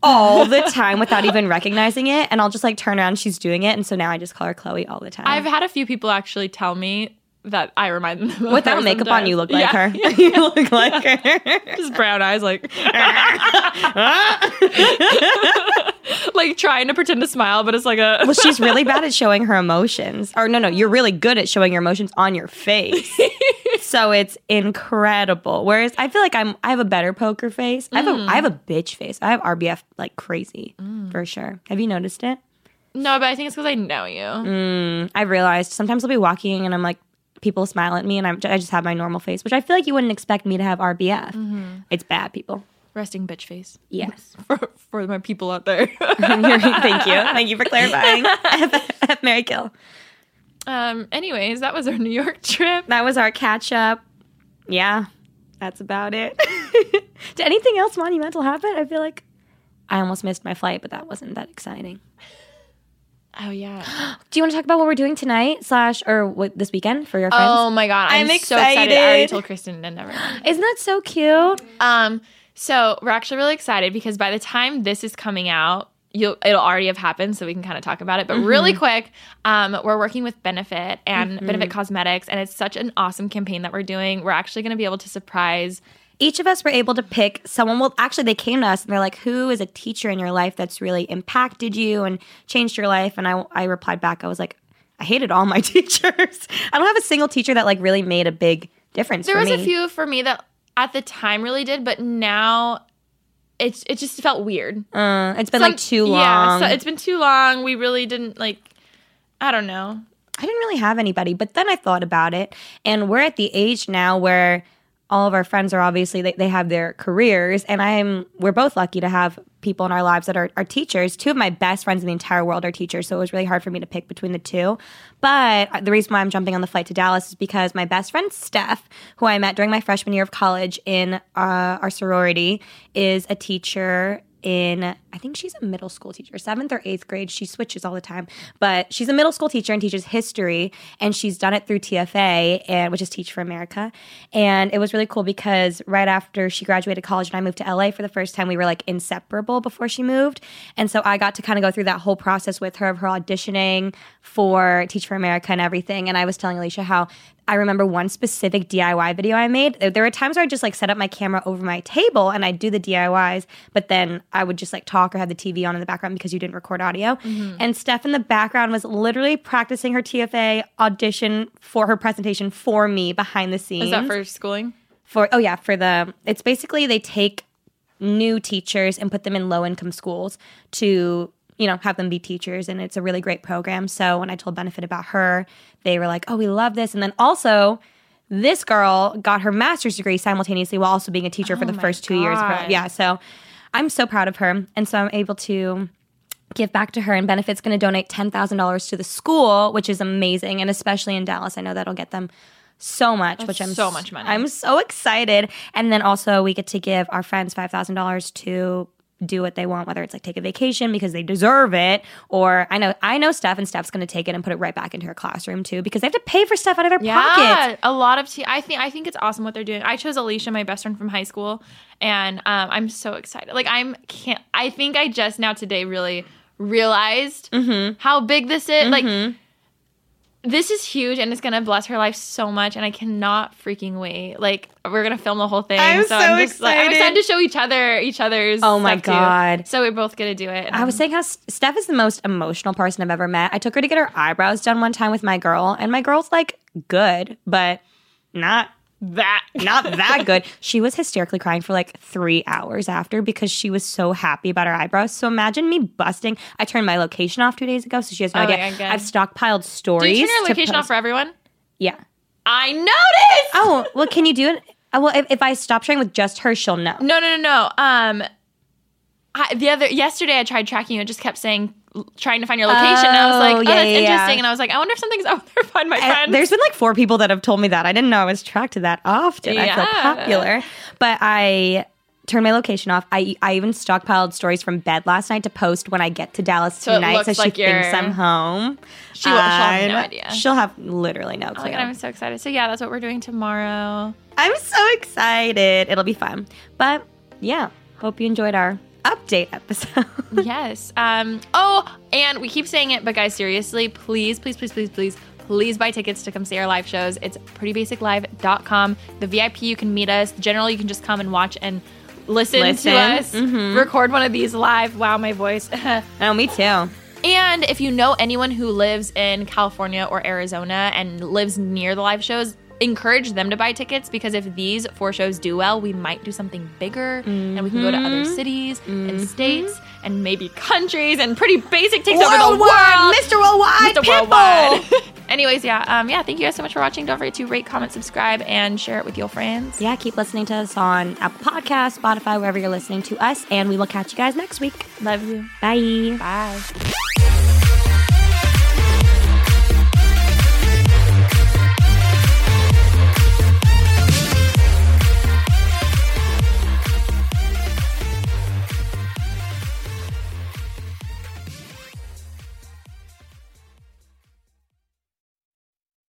[SPEAKER 4] all the time without even recognizing it, and I'll just like turn around. and She's doing it, and so now I just call her Chloe all the time.
[SPEAKER 3] I've had a few people actually tell me that I remind them of her
[SPEAKER 4] Without makeup on,
[SPEAKER 3] sometimes.
[SPEAKER 4] you look like
[SPEAKER 3] Yeah.
[SPEAKER 4] her. (laughs) you look like her.
[SPEAKER 3] (laughs) Just brown eyes,
[SPEAKER 4] (laughs)
[SPEAKER 3] like (laughs) like trying to pretend to smile, but it's like a
[SPEAKER 4] Well, she's really bad at showing her emotions. Or no, no, you're really good at showing your emotions on your face. so it's incredible. Whereas I feel like I'm I have a better poker face. I have a I have a bitch face. I have RBF like crazy for sure. Have you noticed it?
[SPEAKER 3] (laughs) no. But I think it's because I know you.
[SPEAKER 4] I realized sometimes I'll be walking and I'm like people smile at me and I'm, I just have my normal face, which I feel like you wouldn't expect me to have RBF. It's bad, people.
[SPEAKER 3] Resting bitch face (laughs)
[SPEAKER 4] Yes. (laughs)
[SPEAKER 3] for for my people out there. (laughs)
[SPEAKER 4] Thank you. Thank you for clarifying. (laughs) Mary Kill.
[SPEAKER 3] um. Anyways, that was our New York trip.
[SPEAKER 4] that was our catch up. Yeah, that's about it. (laughs) Did anything else monumental happen? I feel like I almost missed my flight, but that wasn't that exciting.
[SPEAKER 3] Oh yeah.
[SPEAKER 4] Do you want to talk about what we're doing tonight slash or what, this weekend for your friends?
[SPEAKER 3] Oh my god, I'm,
[SPEAKER 4] I'm
[SPEAKER 3] so excited. I already
[SPEAKER 4] excited.
[SPEAKER 3] told Kristen and everyone.
[SPEAKER 4] Isn't that so cute?
[SPEAKER 3] Um. So we're actually really excited because by the time this is coming out. You'll, it'll already have happened, so we can kind of talk about it. But really quick, um, we're working with Benefit and Benefit Cosmetics, and it's such an awesome campaign that we're doing. We're actually going to be able to surprise
[SPEAKER 4] Each of us were able to pick someone. Well, actually, they came to us and they're like, "Who is a teacher in your life that's really impacted you and changed your life?" And I, I replied back, I was like, "I hated all my (laughs) teachers. I don't have a single teacher that like really made a big difference."
[SPEAKER 3] There
[SPEAKER 4] for
[SPEAKER 3] was a
[SPEAKER 4] me."
[SPEAKER 3] few for me that at the time really did, but now it's it just felt weird.
[SPEAKER 4] Uh, it's been like too
[SPEAKER 3] Some-
[SPEAKER 4] long.
[SPEAKER 3] Yeah, so it's been too long. We really didn't like. I don't know.
[SPEAKER 4] I didn't really have anybody, but then I thought about it, and we're at the age now where all of our friends are obviously they, they have their careers, and I'm we're both lucky to have people in our lives that are, are teachers. Two of my best friends in the entire world are teachers, so it was really hard for me to pick between the two. But the reason why I'm jumping on the flight to Dallas is because my best friend Steph, who I met during my freshman year of college in uh, our sorority, is a teacher in I think she's a middle school teacher, seventh or eighth grade. She switches all the time, but she's a middle school teacher and teaches history, and she's done it through TFA and which is Teach for America. And it was really cool because right after she graduated college and I moved to LA for the first time, we were like inseparable before she moved, and so I got to kind of go through that whole process with her of her auditioning for Teach for America and everything. And I was telling Alicia how I remember one specific DIY video I made. There- There were times where I just like set up my camera over my table and I'd do the DIYs, but then I would just like talk or have the TV on in the background because you didn't record audio.
[SPEAKER 3] Mm-hmm.
[SPEAKER 4] And Steph in the background was literally practicing her TFA audition for her presentation for me behind the scenes
[SPEAKER 3] Is that for schooling?
[SPEAKER 4] for oh yeah for the it's basically they take new teachers and put them in low income schools to you know have them be teachers and it's a really great program so when i told benefit about her they were like oh we love this and then also this girl got her master's degree simultaneously while also being a teacher for
[SPEAKER 3] Oh
[SPEAKER 4] the first two years of her,
[SPEAKER 3] God.
[SPEAKER 4] yeah so i'm so proud of her and so i'm able to give back to her and benefits going to donate $10,000 to the school which is amazing and especially in Dallas I know that'll get them so much, which I'm
[SPEAKER 3] so
[SPEAKER 4] s-
[SPEAKER 3] much money.
[SPEAKER 4] I'm so excited. And then also we get to give our friends five thousand dollars to do what they want, whether it's like take a vacation because they deserve it, or I know I know Steph and Steph's gonna take it and put it right back into her classroom too because they have to pay for stuff out of their pockets.
[SPEAKER 3] a lot of tea. I think I think it's awesome what they're doing. I chose Alicia, my best friend from high school, and um, I'm so excited. Like I'm can't. I think I just now today really realized how big this is. Like this is huge, and it's gonna bless her life so much. And I cannot freaking wait. Like we're gonna film the whole thing.
[SPEAKER 4] I'm so
[SPEAKER 3] Like, I'm
[SPEAKER 4] excited.
[SPEAKER 3] excited to show each other each other's.
[SPEAKER 4] Oh my
[SPEAKER 3] stuff, too.
[SPEAKER 4] God.
[SPEAKER 3] So we're both gonna do it.
[SPEAKER 4] I was saying how S- Steph is the most emotional person I've ever met. I took her to get her eyebrows done one time with my girl, and my girl's like good, but not that not that good. She was hysterically crying for like three hours after because she was so happy about her eyebrows. So imagine me busting. I turned my location off two days ago, so she has no
[SPEAKER 3] Oh my
[SPEAKER 4] idea.
[SPEAKER 3] God.
[SPEAKER 4] I've stockpiled
[SPEAKER 3] Do
[SPEAKER 4] stories.
[SPEAKER 3] you turn your
[SPEAKER 4] to
[SPEAKER 3] location off
[SPEAKER 4] post-
[SPEAKER 3] for everyone?
[SPEAKER 4] Yeah.
[SPEAKER 3] I noticed.
[SPEAKER 4] Oh well, can you do it? Uh, Well, if, if I stop sharing with just her, she'll know.
[SPEAKER 3] No, no, no, no. Um, I, the other yesterday, I tried tracking you. It just kept saying trying to find your location. and I was like,
[SPEAKER 4] Oh,
[SPEAKER 3] oh,
[SPEAKER 4] yeah,
[SPEAKER 3] that's
[SPEAKER 4] yeah, yeah.
[SPEAKER 3] interesting. And I was like, I wonder if something's (laughs) out there. to Find my
[SPEAKER 4] I-
[SPEAKER 3] friend.
[SPEAKER 4] Eh, there's been like four people that have told me that. I didn't know I was tracked to that often. I feel
[SPEAKER 3] Yeah.
[SPEAKER 4] popular. But I turned my location off. I I even stockpiled stories from bed last night to post when I get to Dallas
[SPEAKER 3] it
[SPEAKER 4] tonight
[SPEAKER 3] looks
[SPEAKER 4] so she
[SPEAKER 3] like you're-
[SPEAKER 4] thinks I'm home.
[SPEAKER 3] She will- she'll have
[SPEAKER 4] And
[SPEAKER 3] no idea.
[SPEAKER 4] She'll have literally no
[SPEAKER 3] Oh my
[SPEAKER 4] clue.
[SPEAKER 3] God, I'm so excited. So yeah, that's what we're doing tomorrow.
[SPEAKER 4] I'm so excited. It'll be fun. But yeah, hope you enjoyed our update episode. (laughs)
[SPEAKER 3] yes. Um. Oh, and we keep saying it, but guys, seriously, please, please, please, please, please. Please buy tickets to come see our live shows. It's prettybasiclive.com. The VIP, you can meet us. General, you can just come and watch and listen,
[SPEAKER 4] Listen.
[SPEAKER 3] to us. Record one of these live. Wow, my voice. (laughs)
[SPEAKER 4] oh, me too.
[SPEAKER 3] And if you know anyone who lives in California or Arizona and lives near the live shows, encourage them to buy tickets because if these four shows do well, we might do something bigger and we can go to other
[SPEAKER 4] Mm-hmm.
[SPEAKER 3] cities and states and maybe countries and pretty basic takes over the world.
[SPEAKER 4] Mr. Worldwide.
[SPEAKER 3] Mr.
[SPEAKER 4] Pitbull.
[SPEAKER 3] Worldwide. (laughs) Anyways, yeah, um, yeah. Thank you guys so much for watching. Don't forget to rate, comment, subscribe, and share it with your friends.
[SPEAKER 4] Yeah, keep listening to us on Apple Podcasts, Spotify, wherever you're listening to us, and we will catch you guys next week.
[SPEAKER 3] Love you.
[SPEAKER 4] Bye.
[SPEAKER 3] Bye.